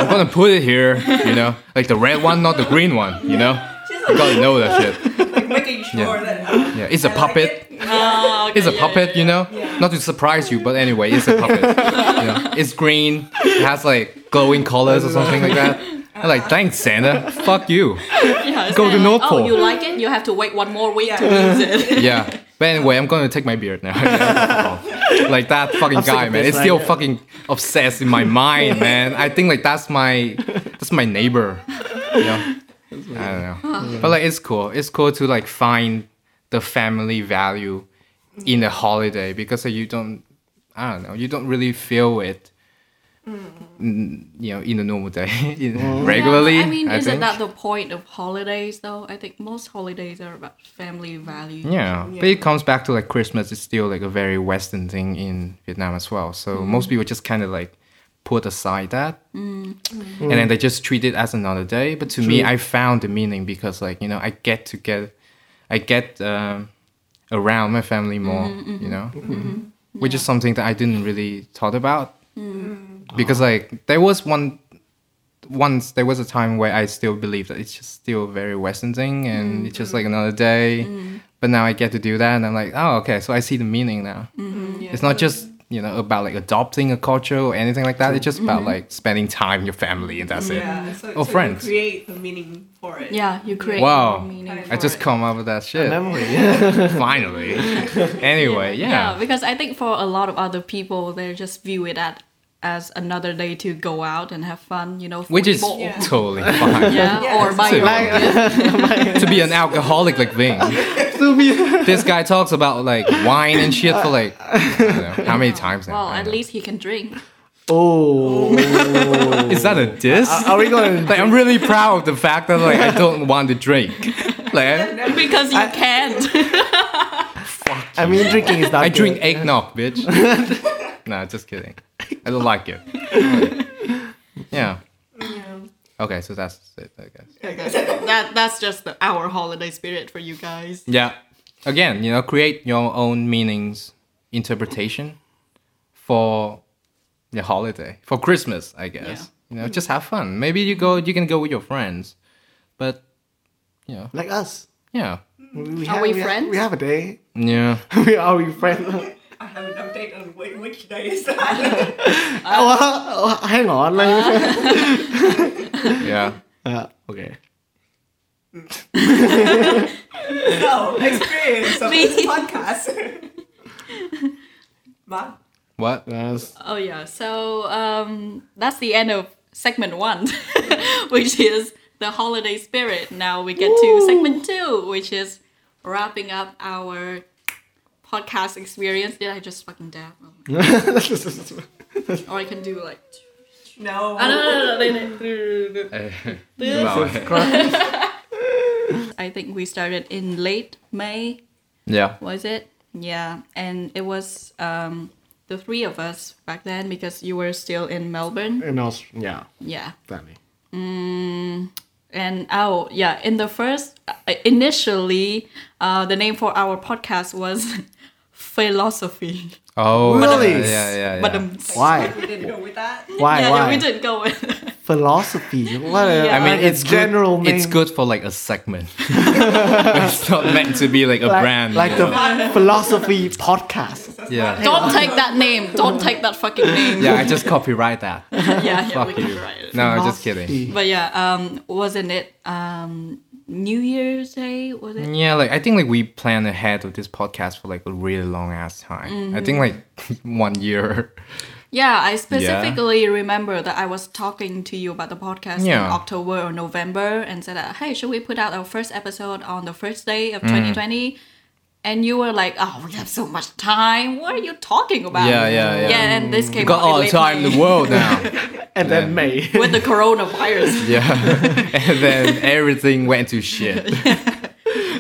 Speaker 4: I'm gonna put it here, you know, like the red one, not the green one, you know.
Speaker 3: Just
Speaker 4: You
Speaker 3: like,
Speaker 4: gotta know that shit.
Speaker 3: like making sure that uh,
Speaker 4: Yeah, it's a
Speaker 3: I like
Speaker 4: puppet.
Speaker 3: it.
Speaker 1: Oh, okay,
Speaker 4: It's a
Speaker 1: yeah,
Speaker 4: puppet,
Speaker 1: yeah,
Speaker 4: you know? Not to surprise you, but anyway, it's a puppet. You know, It's green, it has like glowing colors or something like that. I'm like, thanks, Santa. Fuck you.
Speaker 1: yeah. Yeah, it's
Speaker 4: Go to
Speaker 1: kinda
Speaker 4: North
Speaker 1: like,
Speaker 4: Pole.
Speaker 1: Oh, you like it? You have to wait one more week to
Speaker 3: Yeah.
Speaker 1: use it.
Speaker 4: Yeah. But anyway, I'm gonna take my beard now. like that fucking
Speaker 2: I'm sick
Speaker 4: guy,
Speaker 2: of
Speaker 4: man.
Speaker 2: this,
Speaker 4: It's still
Speaker 2: like-
Speaker 4: fucking obsessed in my mind, man. I think like that's my that's my neighbor. You know? I don't know. but like it's cool. It's cool to like find the family value in a holiday because like, you don't I don't know, you don't really feel it mm, you know, in a normal day in- regularly.
Speaker 1: Yeah, I mean, isn't
Speaker 4: think.
Speaker 1: that the point of holidays though? I think most holidays are about family values.
Speaker 4: yeah. but it comes back to like Christmas. It's still like a very Western thing in Vietnam as well. So most people just kind of like put aside that, and then they just treat it as another day. But to me, I found the meaning because like you know, I get to get, I get um, around my family more. You know, which is something that I didn't really thought about because like there was one once there was a time where I still believe that it's just still a very Western thing and it's just like another day. But now I get to do that and I'm like, oh, okay, so I see the meaning now.
Speaker 3: Mm. Mm-hmm.
Speaker 4: It's not just, you know, about like adopting a culture or anything like that. It's just about like spending time with your family and that's
Speaker 3: Yeah, so,
Speaker 4: Oh,
Speaker 3: so
Speaker 4: friends.
Speaker 3: you create the meaning for it.
Speaker 1: Yeah, you create
Speaker 4: Wow.
Speaker 1: more meaning.
Speaker 4: it.
Speaker 1: for
Speaker 4: I just
Speaker 1: it.
Speaker 4: come up with that shit.
Speaker 2: Memory.
Speaker 4: Finally. anyway, yeah.
Speaker 1: because I think for a lot of other people, they just view it at, as another day to go out and have fun, you know,
Speaker 4: Which is
Speaker 1: football.
Speaker 3: Yeah.
Speaker 4: totally fine.
Speaker 1: yeah,
Speaker 3: Yeah,
Speaker 1: or
Speaker 3: it's
Speaker 1: buy
Speaker 4: true.
Speaker 1: your
Speaker 2: like,
Speaker 4: to be an alcoholic like Ving.
Speaker 2: to be
Speaker 4: this guy talks about like wine and shit for like I don't know, how many times now?
Speaker 1: Well,
Speaker 4: I
Speaker 1: at
Speaker 4: don't
Speaker 1: least he can drink.
Speaker 2: oh,
Speaker 4: know. is that a diss?
Speaker 2: are we going?
Speaker 4: like I'm really proud of the fact that like I don't want to drink. Like I-
Speaker 1: Because you can't.
Speaker 2: I mean, drinking is not.
Speaker 4: I
Speaker 2: good.
Speaker 4: drink eggnog, bitch. nah, just kidding. I don't like it. Yeah.
Speaker 3: Yeah.
Speaker 4: Okay, so that's it, I guess.
Speaker 1: that that's just the, our holiday spirit for you guys.
Speaker 4: Yeah. Again, you know, create your own meanings, interpretation for the holiday, for Christmas, I guess. You know, just have fun. Maybe you go, you can go with your friends, but you know,
Speaker 2: like us.
Speaker 4: yeah,
Speaker 2: We
Speaker 1: we
Speaker 2: have-
Speaker 1: friends?
Speaker 2: we have a day.
Speaker 4: yeah.
Speaker 2: we are we friends?
Speaker 3: I have an update on which, which day is that.
Speaker 2: well, hang on. Like,
Speaker 4: yeah.
Speaker 1: Uh-huh.
Speaker 2: uh, okay.
Speaker 3: so, experience of
Speaker 1: Me.
Speaker 3: this podcast. Ma?
Speaker 4: What?
Speaker 2: That's-
Speaker 1: Oh yeah. So um, that's the end of segment one, which is the holiday spirit. Now we get to segment two, which is wrapping up our podcast experience. Did I just fucking dab? Oh my God. or I can do like.
Speaker 3: No.
Speaker 1: Ah, no, no, no, no, no, no.
Speaker 4: Wow.
Speaker 1: I think we started in late May,
Speaker 4: yeah.
Speaker 1: was it? Yeah, and it was um, the three of us back then because you were still in Melbourne.
Speaker 2: In Aus- yeah,
Speaker 1: Yeah.
Speaker 2: definitely.
Speaker 1: And oh, yeah, in the first, uh, initially, uh, the name for our podcast was Philosophy.
Speaker 4: Oh,
Speaker 2: Really?
Speaker 4: yeah, yeah, yeah.
Speaker 1: But
Speaker 4: yeah.
Speaker 1: um,
Speaker 2: Why?
Speaker 3: We didn't go with that.
Speaker 2: Why?
Speaker 1: yeah,
Speaker 2: why?
Speaker 1: we didn't go with
Speaker 2: Philosophy. What? A,
Speaker 1: Yeah.
Speaker 4: I mean,
Speaker 2: like a
Speaker 4: it's
Speaker 2: general.
Speaker 4: Good,
Speaker 2: name.
Speaker 4: it's good for like a segment. it's not meant to be like a
Speaker 2: Like,
Speaker 4: brand.
Speaker 2: like
Speaker 4: you
Speaker 2: the
Speaker 4: know?
Speaker 2: philosophy podcast.
Speaker 4: yeah.
Speaker 1: Don't take that name. Don't take that fucking name.
Speaker 4: Yeah, I just copyright that.
Speaker 1: yeah, yeah we
Speaker 4: Fuck
Speaker 1: can
Speaker 4: you.
Speaker 1: write it.
Speaker 4: No, just kidding.
Speaker 2: Philosophy.
Speaker 1: But yeah, um, wasn't it um, New Year's Day? Was it?
Speaker 4: Yeah, like I think like we planned ahead of this podcast for like a really long ass time. I think like one year.
Speaker 1: Yeah, I specifically remember that I was talking to you about the podcast in
Speaker 4: Yeah.
Speaker 1: October or November and said that, hey, should we put out our first episode on the first day
Speaker 4: Mm.
Speaker 1: of 2020? And you were like, oh, we have so much time. What are you talking about?
Speaker 4: Yeah, yeah, yeah.
Speaker 1: Yeah, and this came
Speaker 4: Got
Speaker 1: out in
Speaker 4: all the
Speaker 1: late
Speaker 4: time in
Speaker 1: May
Speaker 4: the world now.
Speaker 2: And then May.
Speaker 1: with the coronavirus.
Speaker 4: yeah. and then everything went to shit.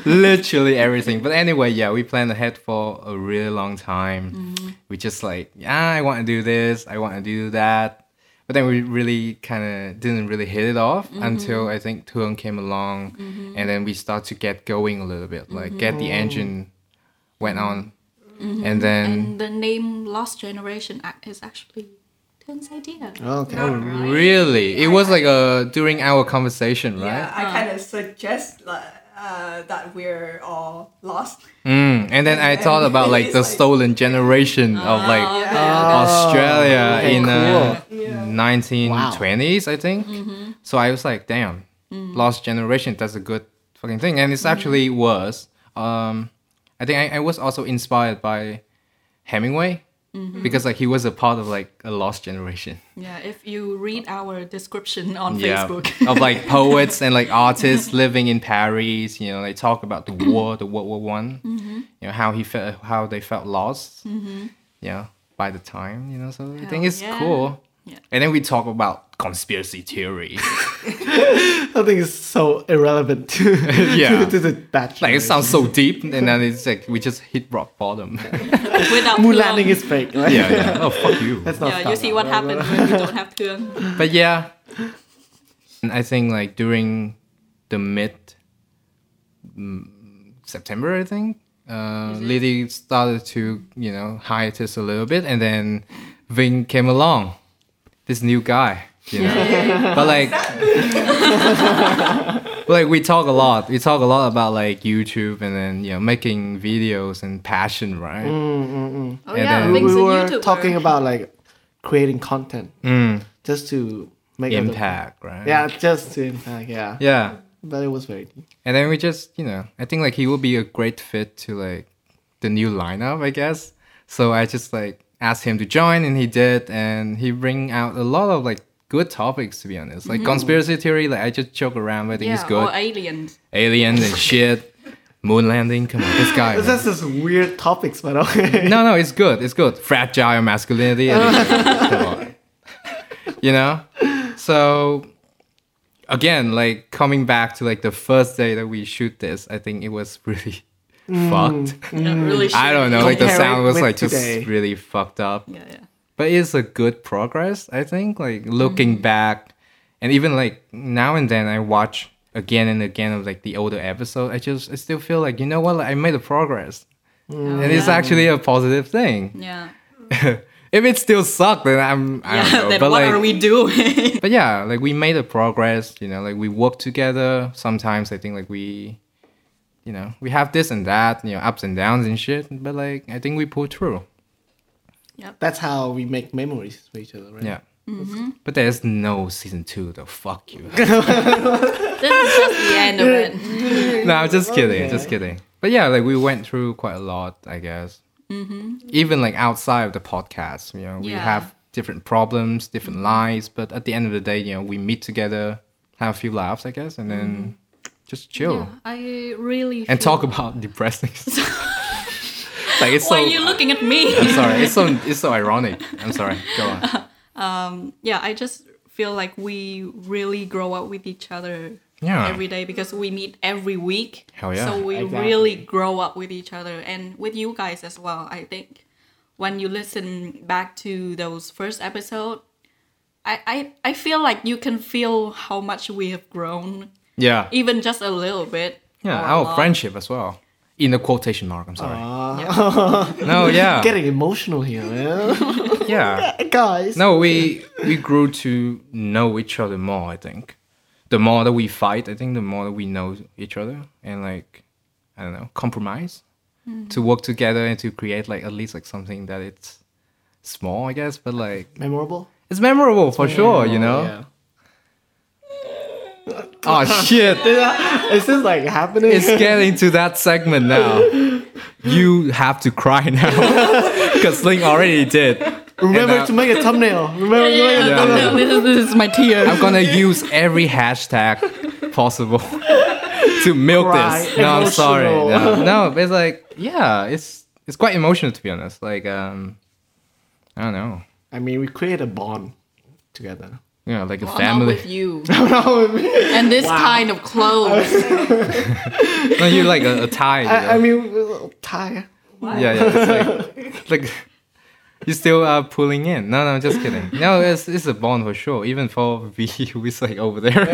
Speaker 4: Literally everything. But anyway, yeah, we planned ahead for a really long time. We just like, yeah, I want to do this, I want to do that. But then we really kind of didn't really hit it off until I think Tuan came along and then we start to get going a little bit, like get the engine went on. And then
Speaker 1: and the name Lost Generation Act is actually Tun's idea.
Speaker 2: Okay.
Speaker 4: Really? It was like a during our conversation,
Speaker 3: Yeah,
Speaker 4: right?
Speaker 3: I kind of suggest like, uh, that we're all lost.
Speaker 4: Mm. And then I thought about like the
Speaker 3: It's like-
Speaker 4: stolen generation of like Australia
Speaker 2: okay,
Speaker 4: in the
Speaker 3: cool. Yeah.
Speaker 4: 1920s, I think. So I was like, damn, lost generation. That's a good fucking thing, and it's actually was. Um, I think I, I was also inspired by Hemingway. because like he was a part of like a lost generation.
Speaker 1: Yeah, if you read our description on
Speaker 4: Yeah, of
Speaker 1: Facebook.
Speaker 4: like poets and like artists living in Paris. You know, they talk about the
Speaker 1: Mm-hmm.
Speaker 4: war, the World War One. You know how he felt, how they felt lost. Yeah, by the time you know, so I think it's
Speaker 1: Mm-hmm. yeah.
Speaker 4: cool.
Speaker 1: Yeah.
Speaker 4: And then we talk about conspiracy theory.
Speaker 2: I think it's so irrelevant to,
Speaker 4: Yeah.
Speaker 2: to, to the Dutch.
Speaker 4: like it
Speaker 2: right?
Speaker 4: sounds so deep, and then it's like we just hit rock bottom.
Speaker 1: without Thương.
Speaker 2: Moon landing is fake. Right?
Speaker 4: yeah, yeah. Oh fuck you.
Speaker 2: Let's not
Speaker 1: Yeah, you
Speaker 2: start
Speaker 1: see
Speaker 2: now,
Speaker 1: what
Speaker 2: right?
Speaker 1: happens when you don't have Oh, Thương.
Speaker 4: But yeah, and I think like during the mid mm, September, I think uh, Lily started to you know hiatus a little bit, and then Ving came along, this new guy, you know. but like, but, like we talk a lot. We talk a lot about like YouTube and then you know making videos and passion, right?
Speaker 1: Oh
Speaker 4: And
Speaker 1: yeah,
Speaker 4: then-
Speaker 1: Ving's
Speaker 2: We
Speaker 1: a
Speaker 2: were
Speaker 1: YouTuber.
Speaker 2: talking about like creating content just to make other-
Speaker 4: Mm. Impact, right?
Speaker 2: Yeah, just to impact. Yeah,
Speaker 4: Yeah.
Speaker 2: but it was very.
Speaker 4: And then we just, you know, I think like he will be a great fit to like the new lineup, I guess. So I just like asked him to join and he did and he bring out a lot of like good topics to be honest. Like conspiracy theory, like I just joke around, but I think
Speaker 1: yeah, oh,
Speaker 4: he's good.
Speaker 1: or aliens.
Speaker 4: Aliens and shit. Moon landing, come on, this guy.
Speaker 2: It's
Speaker 4: man.
Speaker 2: just this weird topics, but okay.
Speaker 4: No, no, it's good. It's good. Fragile masculinity. I think- come on. you know? So again, like coming back to like the first day that we shoot this, I think it was really fucked.
Speaker 1: Yeah, really
Speaker 4: I don't know, like the
Speaker 2: Mm. Compare
Speaker 4: sound
Speaker 2: it
Speaker 4: was
Speaker 2: with
Speaker 4: like just
Speaker 2: today.
Speaker 4: really fucked up.
Speaker 1: Yeah, yeah.
Speaker 4: But it's a good progress, I think. Like looking
Speaker 2: Mm.
Speaker 4: back and even like now and then I watch again and again of like the older episode, I just I still feel like you know what, like, I made a progress.
Speaker 2: Mm.
Speaker 4: and it's
Speaker 1: yeah.
Speaker 4: actually a positive thing
Speaker 1: Yeah.
Speaker 4: if it still sucked, then I'm. I don't
Speaker 1: Yeah,
Speaker 4: know.
Speaker 1: then
Speaker 4: but
Speaker 1: what
Speaker 4: like,
Speaker 1: are we doing?
Speaker 4: but yeah, like we made a progress. You know, like we work together. Sometimes I think like we, you know, we have this and that. You know, ups and downs and shit. But like I think we pull through.
Speaker 2: That's how we make memories with each other, right?
Speaker 4: Yeah.
Speaker 1: Mm-hmm.
Speaker 4: But there's no season two though. Fuck you.
Speaker 1: this is just the end of it.
Speaker 4: no,
Speaker 1: Oh,
Speaker 4: I'm just kidding. Just kidding. But yeah, like we went through quite a lot, I guess. Mm-hmm. Even like outside of the podcast, you know, we
Speaker 1: Yeah. Mm-hmm.
Speaker 4: have different problems, different lives, but at the end of the day, you know, we meet together, have a few laughs, I guess, and then just chill
Speaker 1: Mm-hmm. Yeah, I really
Speaker 4: and
Speaker 1: feel-
Speaker 4: talk about depressing. stuff. like it's
Speaker 1: Why
Speaker 4: so.
Speaker 1: are you looking at me?
Speaker 4: I'm sorry. It's so. It's so ironic. I'm sorry. Go on.
Speaker 1: yeah, I just feel like we really grow up with each other
Speaker 4: Yeah.
Speaker 1: every day because we meet every week.
Speaker 4: Hell yeah.
Speaker 1: So we
Speaker 2: Exactly.
Speaker 1: really grow up with each other and with you guys as well. I think when you listen back to those first episode, I, I, I feel like you can feel how much we have grown,
Speaker 4: Yeah.
Speaker 1: even just a little bit.
Speaker 4: Yeah.
Speaker 1: or a
Speaker 4: Our
Speaker 1: lot.
Speaker 4: friendship as well. In the quotation mark. I'm sorry.
Speaker 2: Uh,
Speaker 4: no. Yeah.
Speaker 2: getting emotional here, man.
Speaker 4: Yeah.
Speaker 2: guys.
Speaker 4: No, we we grew to know each other more. I think the more that we fight, I think the more that we know each other and like I don't know, compromise to work together and to create like at least like something that it's small, I guess, but like
Speaker 2: memorable.
Speaker 4: it's memorable for sure. You know. Oh shit!
Speaker 2: Is this like happening?
Speaker 4: It's getting to that segment now. You have to cry now because Link already did.
Speaker 2: Remember
Speaker 4: and, uh,
Speaker 2: to make a thumbnail. Remember to make a
Speaker 1: Yeah, no,
Speaker 4: Yeah.
Speaker 1: this, is, this is my tears.
Speaker 4: I'm gonna use every hashtag possible to milk
Speaker 2: Cry,
Speaker 4: this. No, I'm sorry. No,
Speaker 2: emotional.
Speaker 4: no, but it's like yeah, it's it's quite emotional to be honest. Like um, I don't know,
Speaker 2: I mean, we create a bond together.
Speaker 4: you know, like a
Speaker 1: Well, Not
Speaker 4: family.
Speaker 1: with you. and this kind of clothes.
Speaker 4: no, you like a, a tie. you know?
Speaker 2: I, I mean, we're a little tired.
Speaker 4: yeah, yeah. It's like, like you still are pulling in. No, no, just kidding. No, it's it's a bond for sure. Even for V, who's like over there.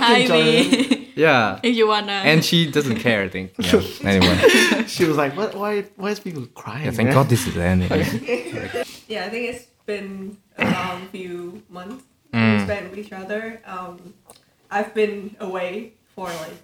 Speaker 1: Ivy,
Speaker 4: yeah.
Speaker 1: if you wanna.
Speaker 4: And she doesn't care, I think. Yeah. Anyway,
Speaker 2: She was like, "What? Why? Why is people crying?"
Speaker 4: yeah, thank
Speaker 2: man?"
Speaker 4: God this is ending.
Speaker 3: Yeah, I think it's been a long few months
Speaker 4: Mm.
Speaker 3: we spent with each other. Um, I've been away for like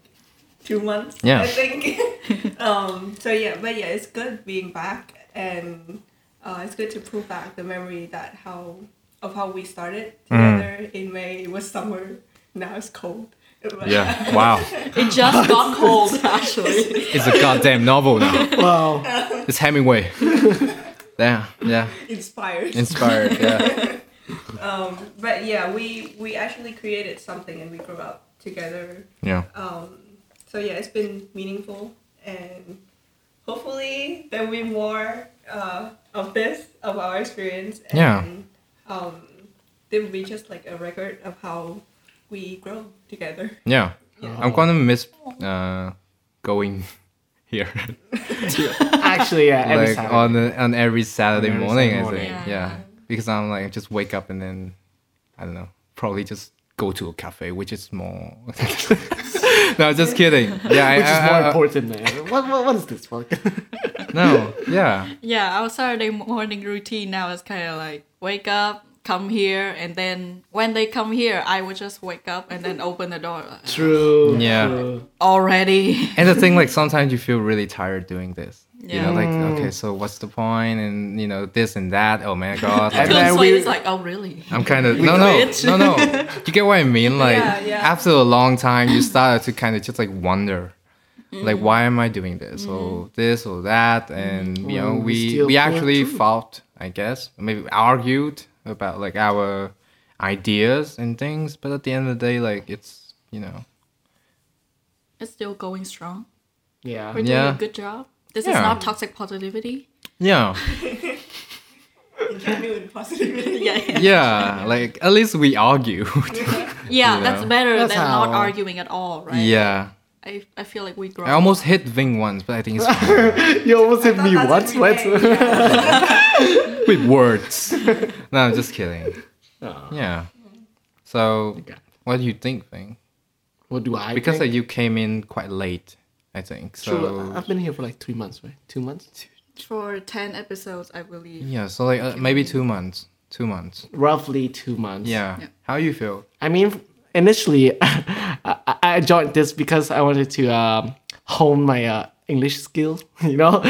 Speaker 3: two months,
Speaker 4: Yeah.
Speaker 3: I think. um, so yeah, but yeah, it's good being back, and uh, it's good to pull back the memory that how of how we started
Speaker 4: Mm.
Speaker 3: together in May. It was summer. Now it's cold.
Speaker 4: Yeah. Wow.
Speaker 1: It just got cold, actually.
Speaker 4: It's a goddamn novel now.
Speaker 2: Wow.
Speaker 4: It's Hemingway. Yeah, yeah.
Speaker 3: Inspired.
Speaker 4: Inspired, yeah.
Speaker 3: um, but yeah, we we actually created something and we grew up together.
Speaker 4: Yeah.
Speaker 3: Um, so yeah, it's been meaningful and hopefully there'll be more uh, of this of our experience. And,
Speaker 4: Yeah.
Speaker 3: Um, there will be just like a record of how we grow together.
Speaker 4: Yeah. I'm gonna miss uh going here.
Speaker 2: Actually, yeah, every
Speaker 4: like
Speaker 2: Saturday.
Speaker 4: on the, on every Saturday
Speaker 2: On every
Speaker 4: morning,
Speaker 2: Saturday
Speaker 4: I
Speaker 2: morning.
Speaker 4: think. Yeah.
Speaker 1: Yeah.
Speaker 4: Because I'm like just wake up and then I don't know, probably just go to a cafe, which is more No, just kidding. Yeah,
Speaker 2: which
Speaker 4: I,
Speaker 2: is
Speaker 4: I-
Speaker 2: more
Speaker 4: I-
Speaker 2: important. man. What, what what is this? What?
Speaker 4: No, yeah.
Speaker 1: Yeah, our Saturday morning routine now is kind of like wake up, come here, and then when they come here, I would just wake up and then open the door like,
Speaker 2: True.
Speaker 4: Yeah.
Speaker 2: true.
Speaker 1: already.
Speaker 4: And the thing like sometimes you feel really tired doing this. You know,
Speaker 1: Yeah.
Speaker 4: like okay, so what's the point and you know, this and that. Oh my god.
Speaker 2: And
Speaker 4: Like,
Speaker 2: then
Speaker 1: Because
Speaker 2: we-
Speaker 1: it's like, oh really?
Speaker 4: I'm kind of no no
Speaker 1: quit.
Speaker 4: no no. You get what I mean? Like
Speaker 3: Yeah, yeah.
Speaker 4: after a long time, you started to kind of just like wonder, like why am I doing this or this or that? And you know,
Speaker 2: Well, we
Speaker 4: we
Speaker 2: still
Speaker 4: we actually
Speaker 2: fought too.
Speaker 4: fought, I guess, maybe argued about like our ideas and things. But at the end of the day, like it's you know,
Speaker 1: It's still going strong.
Speaker 2: Yeah.
Speaker 1: We're doing
Speaker 4: Yeah.
Speaker 1: a good job. This is
Speaker 4: Yeah.
Speaker 1: not toxic positivity.
Speaker 4: yeah,
Speaker 3: Genuine positivity.
Speaker 1: Yeah, yeah.
Speaker 4: yeah. like at least we argued.
Speaker 1: yeah
Speaker 4: Yeah.
Speaker 1: that's better
Speaker 2: That's
Speaker 1: than not
Speaker 2: how-
Speaker 1: arguing at all, right?
Speaker 4: yeah,
Speaker 1: I, I feel like we grow.
Speaker 4: I almost hit Ving once, but I think it's fine.
Speaker 2: You almost hit
Speaker 3: Not
Speaker 2: me
Speaker 3: that's
Speaker 2: once.
Speaker 3: every
Speaker 2: What?
Speaker 3: day, yeah.
Speaker 4: with words. no, I'm just kidding. Yeah. So,
Speaker 2: Okay.
Speaker 4: what do you think, Thing?
Speaker 2: What do I?
Speaker 4: Because
Speaker 2: think?
Speaker 4: like, you came in quite late, I think. So
Speaker 2: True. uh, I've been here for like three months, right? Two months,
Speaker 1: for 10 episodes, I believe.
Speaker 4: yeah, so like uh, maybe two months, two months.
Speaker 2: roughly two months.
Speaker 4: Yeah.
Speaker 1: Yeah.
Speaker 4: How you feel?
Speaker 2: I mean, initially, I, I joined this because I wanted to um, hone my uh, English skills, you know,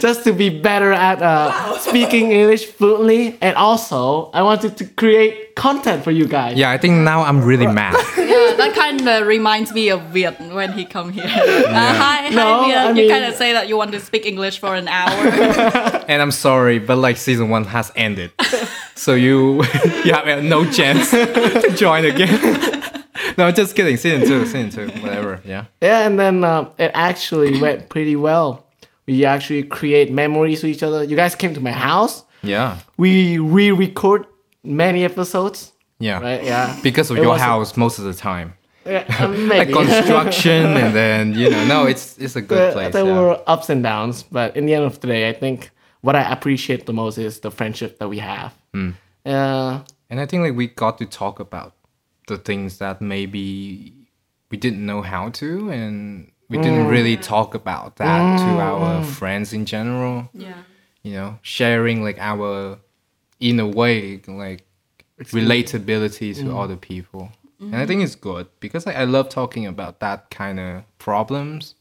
Speaker 2: just to be better at uh, speaking English fluently. And also, I wanted to create content for you guys.
Speaker 4: Yeah, I think now I'm really mad.
Speaker 1: Yeah, that kind of reminds me of Viet when he come here. Uh, hi,
Speaker 2: No,
Speaker 1: hi Viet.
Speaker 2: I
Speaker 1: you
Speaker 2: mean-
Speaker 1: kind of say that you want to speak English for an hour.
Speaker 4: and I'm sorry, but like season one has ended, so you you have uh, no chance to join again. no, just kidding. Season two, season two, whatever. Yeah.
Speaker 2: Yeah, and then um, it actually went pretty well. We actually create memories with each other. You guys came to my house.
Speaker 4: Yeah.
Speaker 2: We re-record many episodes,
Speaker 4: Yeah.
Speaker 2: right? Yeah.
Speaker 4: Because of
Speaker 2: It
Speaker 4: your
Speaker 2: was-
Speaker 4: house most of the time.
Speaker 2: yeah
Speaker 4: like
Speaker 2: maybe.
Speaker 4: construction and then you know no it's it's a good
Speaker 2: there,
Speaker 4: place
Speaker 2: there
Speaker 4: yeah.
Speaker 2: were ups and downs, but in the end of the day, I think what I appreciate the most is the friendship that we have.
Speaker 4: Hmm.
Speaker 2: Uh,
Speaker 4: and i think like we got to talk about the things that maybe we didn't know how to and we didn't
Speaker 2: Mm.
Speaker 4: really talk about that to our friends in general
Speaker 1: yeah.
Speaker 4: you know sharing like our in a way like relatability to other people and i think it's good because like, i love talking about that kind of problems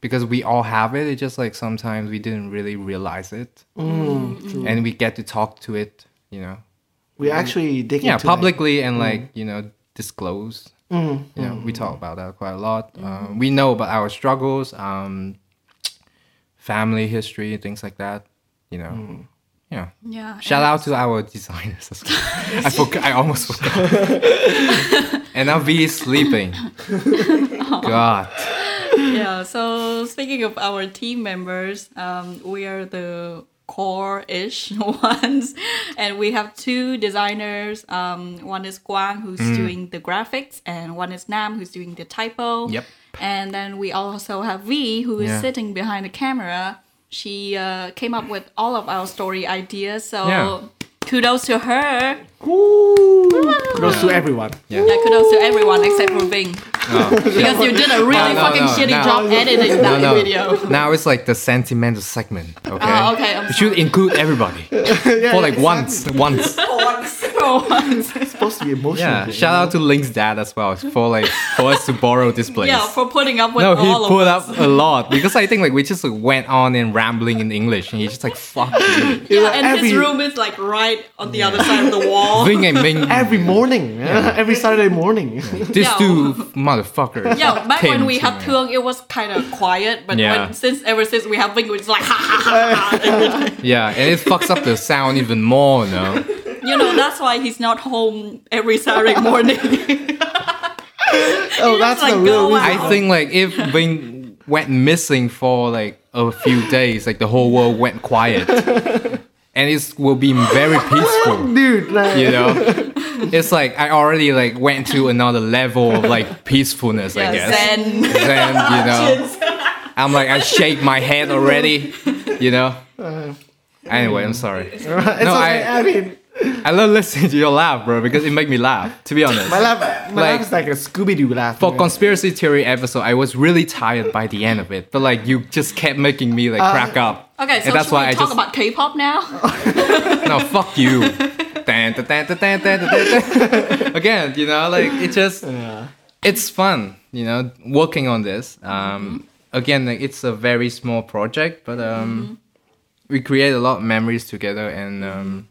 Speaker 4: because we all have it it's just like sometimes we didn't really realize it and we get to talk to it you know
Speaker 2: we actually dig
Speaker 4: yeah
Speaker 2: into
Speaker 4: publicly and like you know disclose you know we talk about that quite a lot um, we know about our struggles um family history things like that you know yeah
Speaker 1: Yeah.
Speaker 4: shout out to our designers as well. i forgot i almost forgot and now v is sleeping god
Speaker 1: Yeah. So speaking of our team members, um, we are the core-ish ones, and we have two designers. Um, one is Guang who's
Speaker 4: Mm.
Speaker 1: doing the graphics, and one is Nam who's doing the typo.
Speaker 4: Yep.
Speaker 1: And then we also have V who is
Speaker 4: Yeah.
Speaker 1: sitting behind the camera. She uh, came up with all of our story ideas. So
Speaker 4: Yeah.
Speaker 1: kudos to her.
Speaker 2: it. Ooh. Kudos to everyone.
Speaker 1: Yeah, kudos to everyone except for Ving. because you did a really
Speaker 4: No, no,
Speaker 1: fucking
Speaker 4: no,
Speaker 1: shitty
Speaker 4: no.
Speaker 1: job editing
Speaker 4: no,
Speaker 1: that
Speaker 4: no.
Speaker 1: video.
Speaker 4: now it's like the sentimental segment okay
Speaker 1: Oh, okay, I'm
Speaker 4: we should include everybody for like once once
Speaker 3: For once.
Speaker 1: borrow ones.
Speaker 2: supposed to be emotional.
Speaker 4: Yeah, shout out to Link's dad as well for like for us to borrow this place.
Speaker 1: yeah, for putting up with
Speaker 4: no, he
Speaker 1: all
Speaker 4: put
Speaker 1: of
Speaker 4: up
Speaker 1: us.
Speaker 4: a lot because I think like we just like, went on and rambling in English, and he's just like fuck. you."
Speaker 1: Yeah,
Speaker 2: Yeah,
Speaker 1: and his
Speaker 2: every-
Speaker 1: room is like right on the other side of the wall.
Speaker 4: Ling and Ming,
Speaker 2: every morning, every Saturday morning.
Speaker 4: these
Speaker 1: Yeah.
Speaker 4: two motherfuckers.
Speaker 1: Yeah, back
Speaker 4: came
Speaker 1: when we
Speaker 4: to
Speaker 1: had
Speaker 4: me.
Speaker 1: Thương, it was kind of quiet, but
Speaker 4: Yeah.
Speaker 1: when, since ever since we have Vinh, it's like ha ha ha. ha.
Speaker 4: Yeah, and it fucks up the sound even more, you know.
Speaker 1: you know, that's why he's not home every Saturday morning.
Speaker 2: oh, that's
Speaker 1: like
Speaker 2: the real
Speaker 1: go
Speaker 2: reason.
Speaker 1: out.
Speaker 4: I think like if Bing went missing for like a few days, like the whole world went quiet, and it will be very peaceful.
Speaker 2: Dude, like,
Speaker 4: You know, it's like I already like went to another level of like peacefulness. I guess.
Speaker 1: Zen.
Speaker 4: Then you know, I'm like I shake my head already. You know. Anyway, I'm sorry.
Speaker 2: it's
Speaker 4: No,
Speaker 2: okay.
Speaker 4: I-
Speaker 2: I, mean,
Speaker 4: I love listening to your laugh, bro, because it make me laugh. To be honest.
Speaker 2: my laugh, my laugh
Speaker 4: Like-
Speaker 2: is like a Scooby Doo laugh.
Speaker 4: For
Speaker 2: man.
Speaker 4: conspiracy theory episode, I was really tired by the end of it, but like you just kept making me like crack up.
Speaker 1: Okay, so
Speaker 4: and that's
Speaker 1: should
Speaker 4: why
Speaker 1: we
Speaker 4: I
Speaker 1: talk
Speaker 4: just
Speaker 1: about K-pop now?
Speaker 4: no fuck you. Dun, dun, dun, dun, dun, dun, dun, dun. Again, you know, like it just it's fun, you know, working on this.
Speaker 1: Mm-hmm.
Speaker 4: Um, again, like it's a very small project, but
Speaker 1: Mm-hmm.
Speaker 4: um, we create a lot of memories together, and um,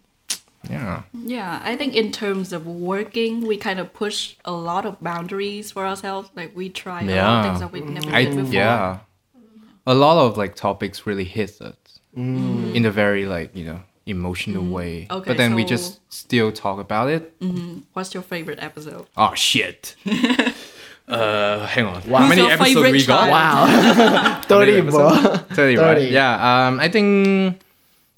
Speaker 4: yeah,
Speaker 1: yeah, I think in terms of working, we kind of push a lot of boundaries for ourselves. Like we try a lot of
Speaker 4: Yeah.
Speaker 1: things that we've never
Speaker 4: I
Speaker 1: did before.
Speaker 4: yeah, a lot of like topics really hit us in a very like you know emotional way.
Speaker 1: Mm-hmm. Okay,
Speaker 4: but then we
Speaker 1: so- Mm-hmm.
Speaker 4: just still talk about it.
Speaker 1: What's your favorite episode?
Speaker 4: Oh shit! uh, hang on.
Speaker 1: Who's
Speaker 4: How many
Speaker 1: your
Speaker 4: episodes
Speaker 1: favorite
Speaker 4: we got?
Speaker 1: child?
Speaker 2: wow,
Speaker 4: How
Speaker 2: thirty
Speaker 4: many
Speaker 2: bro.
Speaker 4: Thirty, right?
Speaker 2: 30.
Speaker 4: Yeah. Um, I think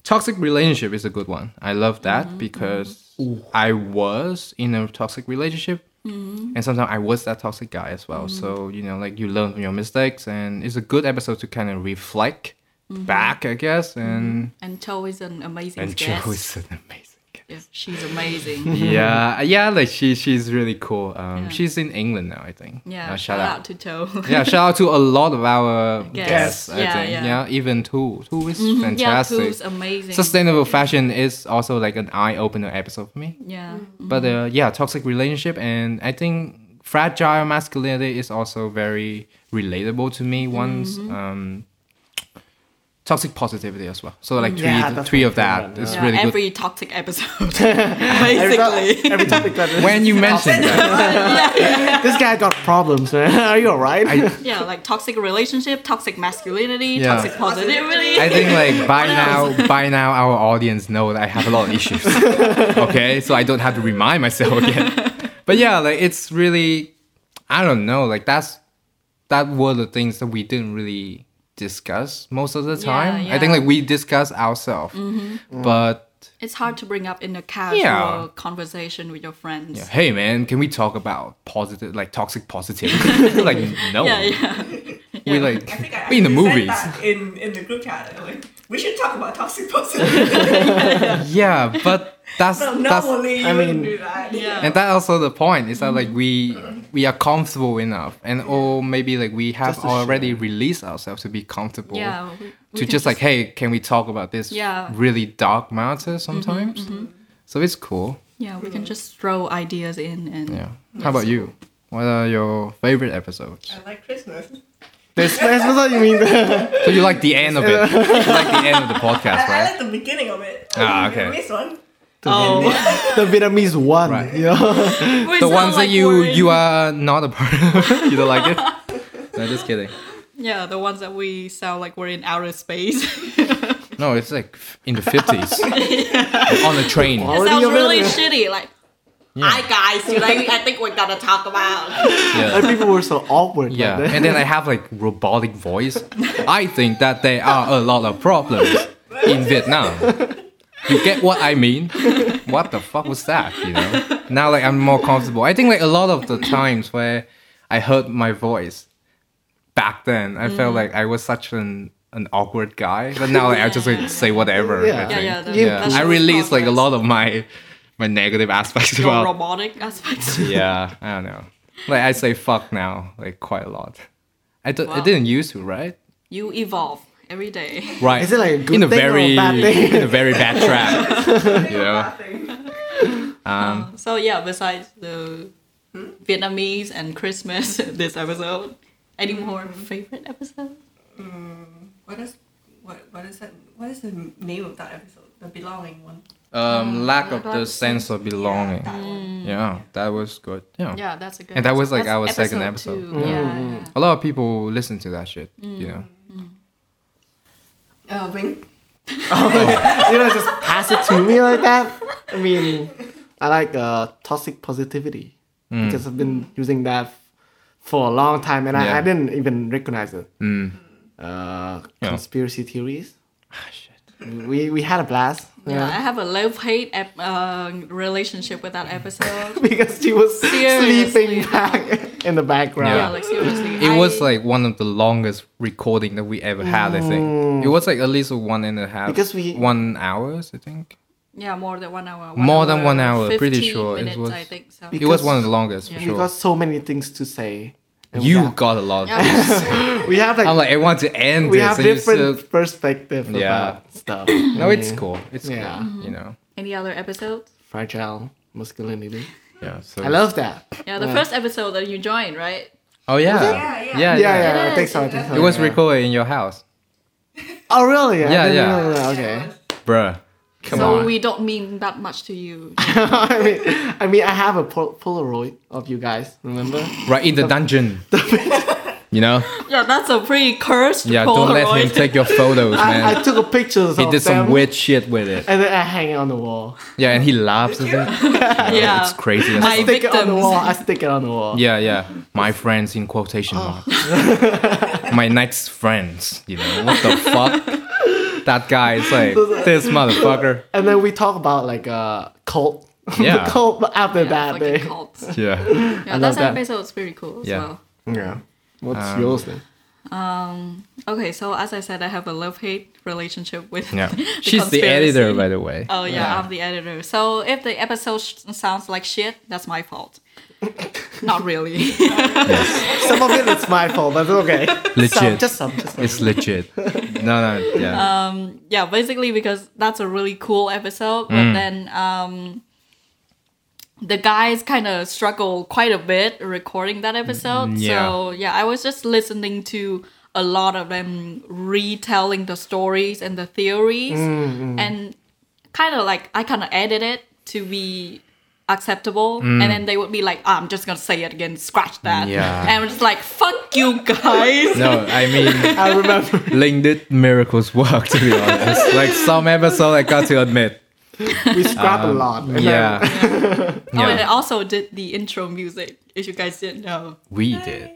Speaker 4: toxic relationship is a good one. I love that
Speaker 1: Mm-hmm.
Speaker 4: because I was in a toxic relationship.
Speaker 1: Mm-hmm.
Speaker 4: And sometimes I was that toxic guy as well. So, you know, like you learn from your mistakes, and it's a good episode to kind of reflect
Speaker 1: Mm-hmm.
Speaker 4: back, I guess. And,
Speaker 1: And Cho is an amazing
Speaker 4: and
Speaker 1: guest.
Speaker 4: Joe is an amazing guy.
Speaker 1: Yeah, she's amazing.
Speaker 4: yeah, yeah, like she she's really cool. Um,
Speaker 1: Yeah.
Speaker 4: She's in England now, I think.
Speaker 1: Yeah,
Speaker 4: Uh,
Speaker 1: shout out to Cho.
Speaker 4: yeah, shout out to a lot of our
Speaker 1: Guests.
Speaker 4: guests. I
Speaker 1: Yeah,
Speaker 4: think.
Speaker 1: yeah. Mm-hmm.
Speaker 4: Yeah. even Tu. Tu is
Speaker 1: yeah,
Speaker 4: fantastic.
Speaker 1: Too's amazing.
Speaker 4: Sustainable fashion is also like an eye opener episode for me.
Speaker 1: yeah.
Speaker 4: But uh, yeah, toxic relationship, and I think fragile masculinity is also very relatable to me. Once
Speaker 1: Mm-hmm.
Speaker 4: um, toxic positivity as well. So like
Speaker 2: Mm-hmm.
Speaker 4: three,
Speaker 2: Yeah, that's
Speaker 4: three
Speaker 2: my
Speaker 4: of that
Speaker 2: favorite,
Speaker 4: is
Speaker 1: Yeah,
Speaker 4: really good.
Speaker 1: every toxic episode,
Speaker 2: Every,
Speaker 1: basically.
Speaker 2: to- every topic that
Speaker 4: When you mentioned that,
Speaker 2: this guy got problems, man. Are you alright?
Speaker 1: yeah, like toxic relationship, toxic masculinity,
Speaker 4: Yeah.
Speaker 1: toxic positivity.
Speaker 4: I think like by now, by now our audience know that I have a lot of issues. okay, so I don't have to remind myself again. But yeah, like it's really, I don't know, like that's that were the things that we didn't really discuss most of the time. I
Speaker 1: yeah.
Speaker 4: think
Speaker 1: Mm-hmm.
Speaker 4: like we discuss ourselves,
Speaker 3: Mm-hmm.
Speaker 4: but
Speaker 1: it's hard to bring up in a casual
Speaker 4: Yeah.
Speaker 1: conversation with your friends.
Speaker 4: yeah, hey man, can we talk about positive, like toxic positivity? like no,
Speaker 1: Yeah, yeah.
Speaker 4: we
Speaker 3: I think
Speaker 4: like
Speaker 3: I
Speaker 4: we in the
Speaker 3: actually said
Speaker 4: movies.
Speaker 3: that in in the group chat. I'm Like, we should talk about toxic positivity.
Speaker 4: Yeah, but that's
Speaker 3: no,
Speaker 4: that's.
Speaker 3: normally you
Speaker 2: I
Speaker 3: wouldn't
Speaker 2: mean-
Speaker 3: do that.
Speaker 1: Yeah.
Speaker 4: and that's also the point is that like we we are comfortable enough and or maybe like we have
Speaker 2: Just to
Speaker 4: already released ourselves to be comfortable
Speaker 1: Yeah, we- we
Speaker 4: to
Speaker 1: can
Speaker 4: just like hey can we talk about this
Speaker 1: Yeah.
Speaker 4: really dark matter sometimes so it's cool
Speaker 1: Yeah, we can just throw ideas in and
Speaker 4: Hmm. yeah how about you what are your favorite episodes
Speaker 3: I like Christmas.
Speaker 2: There's, there's what you mean.
Speaker 4: so you like the end of it you like the end of the podcast
Speaker 3: I, I
Speaker 4: right
Speaker 3: like the beginning of it.
Speaker 4: Ah,
Speaker 3: I mean,
Speaker 4: okay.
Speaker 3: This one.
Speaker 1: Oh,
Speaker 2: the Vietnamese one.
Speaker 4: Right.
Speaker 2: You know?
Speaker 4: the ones that you you are not a part of you don't like it no just kidding
Speaker 1: Yeah, the ones that we sound like we're in outer space.
Speaker 4: no it's like f- in the 50s on a train
Speaker 1: it
Speaker 2: Audio
Speaker 1: sounds really
Speaker 2: video.
Speaker 1: shitty. Like, hi guys, today I think we're gonna talk about.
Speaker 4: yeah.
Speaker 2: And people were so awkward. like
Speaker 4: Yeah,
Speaker 2: that.
Speaker 4: and then I have like robotic voice. I think that there are a lot of problems in Vietnam. You get what I mean? What the fuck was that? You know. Now like I'm more comfortable. I think like a lot of the times where I heard my voice back then, I felt like I was such an an awkward guy. But now like I just like say whatever. I
Speaker 2: Yeah.
Speaker 4: think.
Speaker 1: Yeah, yeah, that-
Speaker 4: Yeah.
Speaker 1: that
Speaker 4: I
Speaker 1: shows
Speaker 4: release like a
Speaker 1: progress.
Speaker 4: lot of my my negative aspects.
Speaker 1: Your
Speaker 4: Well,
Speaker 1: robotic aspects.
Speaker 4: yeah, I don't know. Like I say fuck now, like quite a lot. I don't, I
Speaker 1: Wow.
Speaker 4: didn't used to, right?
Speaker 1: You evolve every day.
Speaker 4: Right.
Speaker 2: Is it like a good
Speaker 4: in a
Speaker 2: thing or a
Speaker 4: very
Speaker 2: bad thing?
Speaker 4: in a very bad trap? you know.
Speaker 3: Nothing.
Speaker 4: Um,
Speaker 1: So yeah, besides the hmm, Vietnamese and Christmas, this episode, any more favorite episode?
Speaker 3: What is what what is that? What is the name of that episode? The belonging one.
Speaker 4: um, lack of the
Speaker 1: Lack-
Speaker 4: sense of belonging.
Speaker 3: That one.
Speaker 4: Yeah, that was good. Yeah.
Speaker 1: Mm. Yeah, that's a good.
Speaker 4: And that was, like,
Speaker 1: That's
Speaker 4: our second episode. Mm.
Speaker 1: two. Yeah, yeah.
Speaker 4: A lot of people listen to that shit,
Speaker 1: Mm.
Speaker 4: you know.
Speaker 3: Uh, Bing.
Speaker 2: you know, just pass it to me like that. I mean, I like uh, toxic positivity
Speaker 4: Mm.
Speaker 2: because I've been using that f- for a long time, and I,
Speaker 4: Yeah. Mm.
Speaker 2: I didn't even recognize it. Uh,
Speaker 4: Yeah. Ah,
Speaker 2: conspiracy theories. We we had a blast.
Speaker 1: Yeah,
Speaker 2: Yeah.
Speaker 1: I have a love hate ep- uh, relationship with that episode.
Speaker 2: Because she was
Speaker 1: Seriously.
Speaker 2: sleeping back in the background.
Speaker 1: yeah, like seriously,
Speaker 4: It was
Speaker 1: I-
Speaker 4: like one of the longest recording that we ever had. I think it was like at least one and a half,
Speaker 2: Mm. Because we-
Speaker 4: one hours. I think
Speaker 1: yeah, more than one hour.
Speaker 4: More than one hour, pretty
Speaker 1: 15
Speaker 4: sure it
Speaker 1: minutes,
Speaker 4: was-
Speaker 1: I think so.
Speaker 4: it was
Speaker 2: Because-
Speaker 4: one of the longest for
Speaker 2: We
Speaker 4: sure.
Speaker 2: got so many things to say. And we
Speaker 4: you
Speaker 2: have-
Speaker 4: got a lot.
Speaker 1: Yeah, it was-
Speaker 2: we have like,
Speaker 4: I'm like, I want to end
Speaker 2: we
Speaker 4: this. uh,
Speaker 2: have
Speaker 4: and you
Speaker 2: different
Speaker 4: still-
Speaker 2: perspective
Speaker 4: Yeah.
Speaker 2: about stuff.
Speaker 4: No, it's
Speaker 2: Mm-hmm.
Speaker 4: cool. It's
Speaker 2: Yeah.
Speaker 4: cool. You know.
Speaker 1: Any other episodes?
Speaker 2: Fragile masculinity.
Speaker 4: Yeah. So.
Speaker 2: I love that.
Speaker 1: Yeah, the first episode that you joined, right?
Speaker 4: Oh yeah.
Speaker 3: Yeah, yeah.
Speaker 4: yeah.
Speaker 2: yeah, yeah,
Speaker 1: Yes.
Speaker 2: I think so. I think so.
Speaker 4: It was
Speaker 2: yeah.
Speaker 4: recorded in your house,
Speaker 2: Oh, really? I
Speaker 4: Yeah,
Speaker 2: didn't
Speaker 4: yeah.
Speaker 2: know that. Okay.
Speaker 4: bruh. Come
Speaker 1: so
Speaker 4: on.
Speaker 1: we don't mean that much to you.
Speaker 2: I mean, I mean, I have a pol- Polaroid of you guys. Remember?
Speaker 4: right in the dungeon. you know.
Speaker 1: yeah, that's a pretty cursed
Speaker 4: Yeah.
Speaker 1: Polaroid.
Speaker 4: Don't let him take your photos,
Speaker 2: I, I
Speaker 4: man.
Speaker 2: took a pictures
Speaker 4: He
Speaker 2: of
Speaker 4: did some
Speaker 2: them,
Speaker 4: weird shit with it.
Speaker 2: and then I hang it on the wall.
Speaker 4: Yeah, and he laughs at it.
Speaker 1: yeah.
Speaker 4: It's crazy. as
Speaker 1: My
Speaker 4: fuck.
Speaker 2: Stick it on the
Speaker 1: victims.
Speaker 2: wall. I stick it on the wall.
Speaker 4: Yeah, yeah. My friends in quotation marks. My next friends. You know what the fuck? That guy is like this motherfucker.
Speaker 2: And then we talk about like uh cult.
Speaker 4: Yeah.
Speaker 2: the cult after that
Speaker 1: fucking
Speaker 2: day.
Speaker 1: cults.
Speaker 4: Yeah.
Speaker 1: Yeah, that's
Speaker 2: that.
Speaker 1: episode's pretty cool as
Speaker 4: Yeah. Um,
Speaker 1: well.
Speaker 2: Yeah. What's yours then?
Speaker 1: Okay, so as I said, I have a love hate relationship with.
Speaker 4: Yeah.
Speaker 1: the
Speaker 4: She's the
Speaker 1: conspiracy.
Speaker 4: editor, by the way.
Speaker 1: Oh yeah, I'm the editor. So if the episode sh- sounds like shit, that's my fault. Not really.
Speaker 2: Some of it it's my fault, but okay. Some,
Speaker 4: Legit.
Speaker 2: just some. Just some.
Speaker 4: It's legit. No, no, yeah.
Speaker 1: yeah, basically because that's a really cool episode, but
Speaker 4: Mm.
Speaker 1: then um the guys kind of struggle quite a bit recording that episode.
Speaker 4: Mm,
Speaker 1: So yeah, I was just listening to a lot of them retelling the stories and the theories and kind of like I kind of edit it to be acceptable
Speaker 4: Mm.
Speaker 1: and then they would be like "Ah, i'm just gonna say it again scratch that
Speaker 4: Yeah.
Speaker 1: and i'm just like fuck you guys
Speaker 4: No, I mean,
Speaker 2: I remember.
Speaker 4: Ling did miracles work, to be honest. Like some episode, I got to admit.
Speaker 2: We scrap a lot. and then-
Speaker 4: um, Yeah.
Speaker 1: oh and i
Speaker 4: yeah.
Speaker 1: also did the intro music if you guys didn't know
Speaker 4: We did.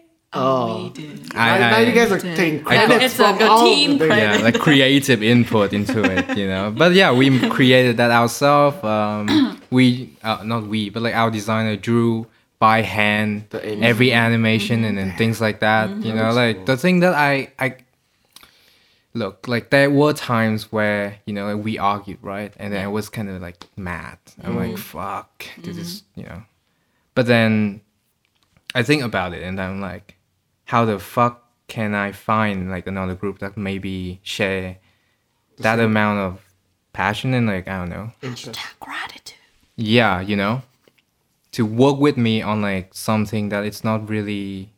Speaker 4: Oh.
Speaker 1: we did
Speaker 4: I,
Speaker 2: now you
Speaker 4: I,
Speaker 2: guys are taking
Speaker 1: I
Speaker 2: credits
Speaker 1: it's
Speaker 2: from
Speaker 1: like a
Speaker 2: all of
Speaker 1: team
Speaker 2: the things.
Speaker 4: yeah, like creative input into it, you know. But yeah, we created that ourselves. Um, we uh, not we, but like our designer drew by hand
Speaker 2: The anim-
Speaker 4: every animation and then things like that. You know, like the thing that I I look like there were times where you know like, we argued, right? And then I was kind of like mad. I'm like, fuck, this is you know. But then I think about it and I'm like, how the fuck can I find like another group that maybe share that amount of passion and like I don't know.
Speaker 1: gratitude.
Speaker 4: Yeah, you know? To work with me on like something that it's not really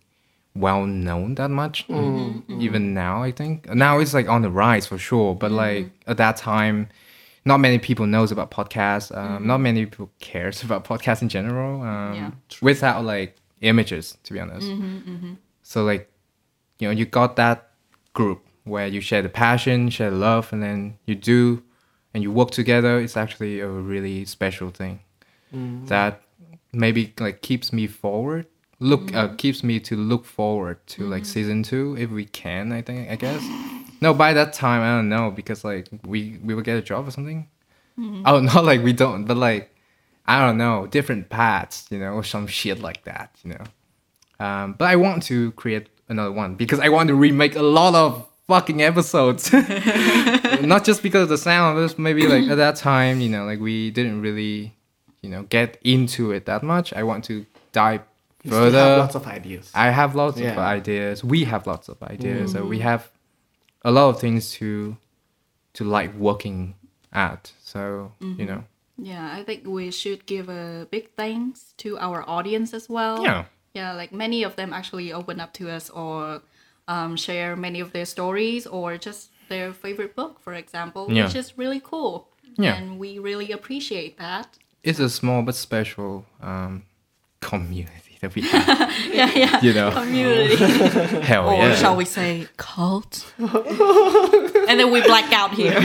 Speaker 4: well known that much. Even now I think. Now it's like on the rise for sure. But like at that time not many people knows about podcasts. Um, Not many people cares about podcasts in general. Um,
Speaker 1: Yeah.
Speaker 4: Without like images, to be honest. So like, you know, you got that group where you share the passion, share the love, and then you do, and you work together. It's actually a really special thing that maybe like keeps me forward. Look, uh, keeps me to look forward to like season two if we can. I think I guess. No, by that time I don't know because like we we will get a job or something. Oh, not like we don't, but like I don't know, different paths, you know, or some shit like that, you know. Um, but I want to create another one because I want to remake a lot of fucking episodes. Not just because of the sound, but maybe like at that time, you know, like we didn't really, you know, get into it that much. I want to dive
Speaker 2: You still
Speaker 4: further.
Speaker 2: have lots of ideas.
Speaker 4: I have lots of
Speaker 2: Yeah.
Speaker 4: ideas. We have lots of ideas. So we have a lot of things to to like working at. So you know,
Speaker 1: Yeah, I think we should give a big thanks to our audience as well.
Speaker 4: Yeah.
Speaker 1: Yeah, like many of them actually open up to us or um, share many of their stories or just their favorite book, for example,
Speaker 4: Yeah.
Speaker 1: which is really cool.
Speaker 4: Yeah.
Speaker 1: And we really appreciate that.
Speaker 4: It's a small but special um, community that we have.
Speaker 1: Yeah, yeah.
Speaker 4: You know,
Speaker 1: Community.
Speaker 4: hell
Speaker 1: or
Speaker 4: yeah.
Speaker 1: Oh, shall we say cult? and then we black out here.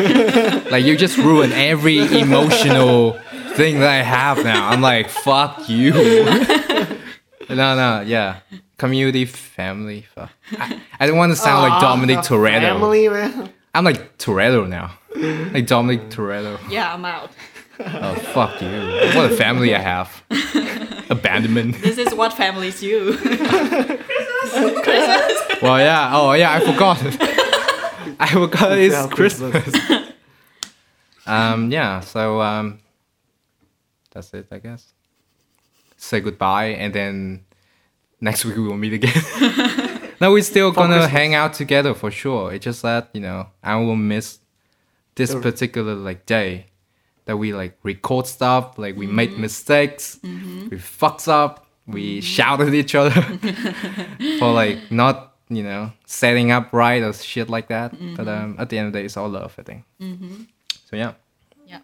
Speaker 4: Like you just ruin every emotional thing that I have now. I'm like, fuck you. no, no, yeah. Community, family. Fuck. I, I don't want to sound like Dominic Toretto.
Speaker 2: Family, man.
Speaker 4: I'm like Toretto now. Like
Speaker 2: Mm.
Speaker 4: Dominic Toretto.
Speaker 1: yeah, I'm out.
Speaker 4: Oh, fuck you. What a family I have. Abandonment.
Speaker 1: This is what families do.
Speaker 4: Well, yeah. Oh, yeah. I forgot. I forgot it's
Speaker 2: Yeah,
Speaker 4: Christmas.
Speaker 2: Christmas.
Speaker 4: um, yeah. So um, that's it, I guess. Say goodbye, and then next week we will meet again. no, we're still gonna
Speaker 2: Christmas.
Speaker 4: hang out together for sure. It's just that you know I will miss this
Speaker 2: The-
Speaker 4: particular like day that we like record stuff. Like we made mistakes, we fucked up, we shouted at each other for like not you know setting up right or shit like that. But um, at the end of the day, it's all love, I think. So yeah,
Speaker 1: yeah.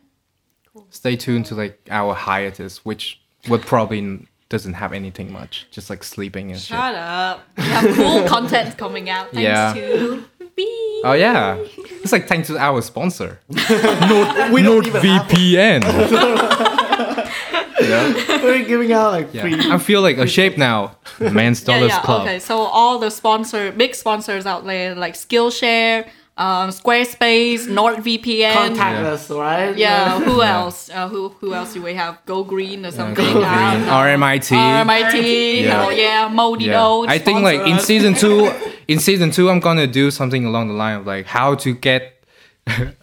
Speaker 4: stay tuned to like our hiatus, which would probably n- doesn't have anything much, just like sleeping and shit.
Speaker 1: Shut up. We have cool content coming out thanks
Speaker 4: Yeah.
Speaker 1: to Bee.
Speaker 4: Oh yeah, it's like thanks to our sponsor,
Speaker 2: We don't even have one.
Speaker 4: VPN. yeah.
Speaker 2: We're giving out like free.
Speaker 4: yeah, I feel like a shape now. Man's
Speaker 1: Yeah,
Speaker 4: Dollars
Speaker 1: yeah.
Speaker 4: Club.
Speaker 1: Okay, so all the sponsor, big sponsors out there like Skillshare, um, Squarespace, NordVPN.
Speaker 2: Contact
Speaker 4: Yeah.
Speaker 2: us, right?
Speaker 1: Yeah, who else? Uh, who who else do we have? Go Green or something. Uh,
Speaker 4: Green,
Speaker 1: I don't know.
Speaker 4: RMIT.
Speaker 1: RMIT.
Speaker 4: Yeah.
Speaker 1: Yeah, yeah Moldy
Speaker 4: Yeah.
Speaker 1: Notes,
Speaker 4: I think like in
Speaker 1: sponsor us.
Speaker 4: season two, in season two, I'm gonna do something along the line of like how to get a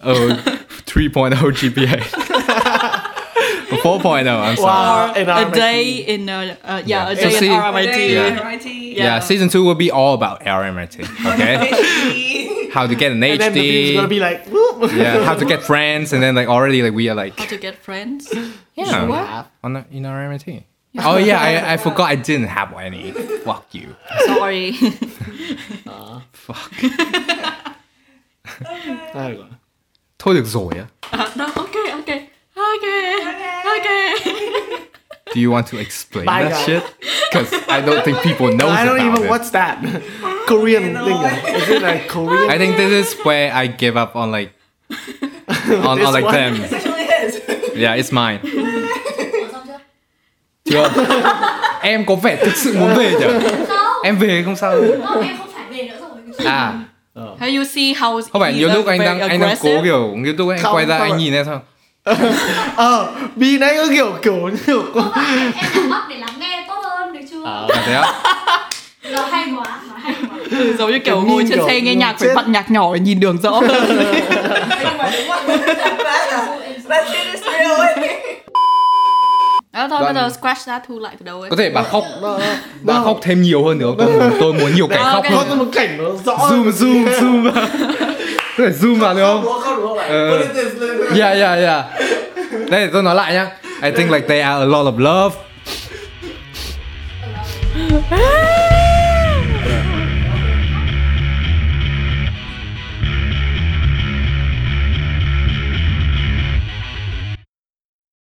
Speaker 4: 3.0 GPA, A 4.0. I'm sorry.
Speaker 2: Wow. And
Speaker 1: a
Speaker 2: our-
Speaker 1: day in a uh, yeah, a
Speaker 4: So
Speaker 1: day
Speaker 4: see-
Speaker 1: in RMIT.
Speaker 4: Yeah.
Speaker 3: Alrighty.
Speaker 4: Yeah. season two will be all about LMIT. Okay,
Speaker 3: Alrighty.
Speaker 4: how to get an
Speaker 2: And then the view's gonna
Speaker 4: HD.
Speaker 2: be like, whoop.
Speaker 4: yeah, how to get friends, and then like already like we are like
Speaker 1: How to get friends?
Speaker 4: Yeah.
Speaker 1: sure.
Speaker 4: on the, in RMIT. Oh yeah, I, I forgot I didn't have any. Fuck you.
Speaker 1: Sorry.
Speaker 4: Fuck.
Speaker 2: There you go.
Speaker 4: Totally Zoya.
Speaker 1: Uh, no, okay, okay, okay, okay.
Speaker 4: Do you want to explain
Speaker 2: Bye,
Speaker 4: that
Speaker 2: guys.
Speaker 4: shit? Because I don't think people know.
Speaker 2: I don't even.
Speaker 4: it.
Speaker 2: What's that? Korean
Speaker 3: know.
Speaker 2: thing. uh, Is it like Korean?
Speaker 4: I think this is where I give up on like on, on
Speaker 2: This
Speaker 4: like
Speaker 2: one?
Speaker 4: them.
Speaker 3: Actually, it is.
Speaker 4: Yeah, it's mine. Chưa? em có vẻ thực sự muốn về nhở? Em về không sao. đâu. À,
Speaker 1: How you see how is
Speaker 4: không phải nhiều lúc anh đang anh đang cố kiểu nhiều lúc anh
Speaker 2: Không,
Speaker 4: quay ra
Speaker 2: không
Speaker 4: anh
Speaker 2: ạ.
Speaker 4: nhìn em sao?
Speaker 2: Ờ, Bi nãy có kiểu kiểu kiểu.
Speaker 5: em nhắm mắt để lắng nghe tốt hơn được chưa?
Speaker 4: À, thế á?
Speaker 5: Nó hay quá, nó hay quá.
Speaker 1: giống như kiểu
Speaker 2: Kiểu
Speaker 1: ngồi
Speaker 2: nhìn
Speaker 1: trên
Speaker 2: kiểu
Speaker 1: xe nghe nhạc phải
Speaker 2: chết.
Speaker 1: bật nhạc nhỏ để nhìn đường rõ hơn.
Speaker 3: Nhưng mà đúng không? Let's do this real way.
Speaker 1: Đó thôi
Speaker 4: Đoạn-
Speaker 1: bây giờ scratch ra thu lại từ đầu ấy.
Speaker 4: Có thể bà khóc bà
Speaker 2: Đâu?
Speaker 4: khóc thêm nhiều hơn nữa. Tôi muốn, tôi muốn nhiều cảnh
Speaker 1: Ờ,
Speaker 4: khóc
Speaker 1: ok.
Speaker 2: Có
Speaker 4: hơn.
Speaker 2: một cảnh nó rõ.
Speaker 4: Zoom zoom zoom. Có thể zoom vào được không? Ờ. Yeah, yeah, yeah. Đây tôi nói lại nhá. I think like they are a lot of love.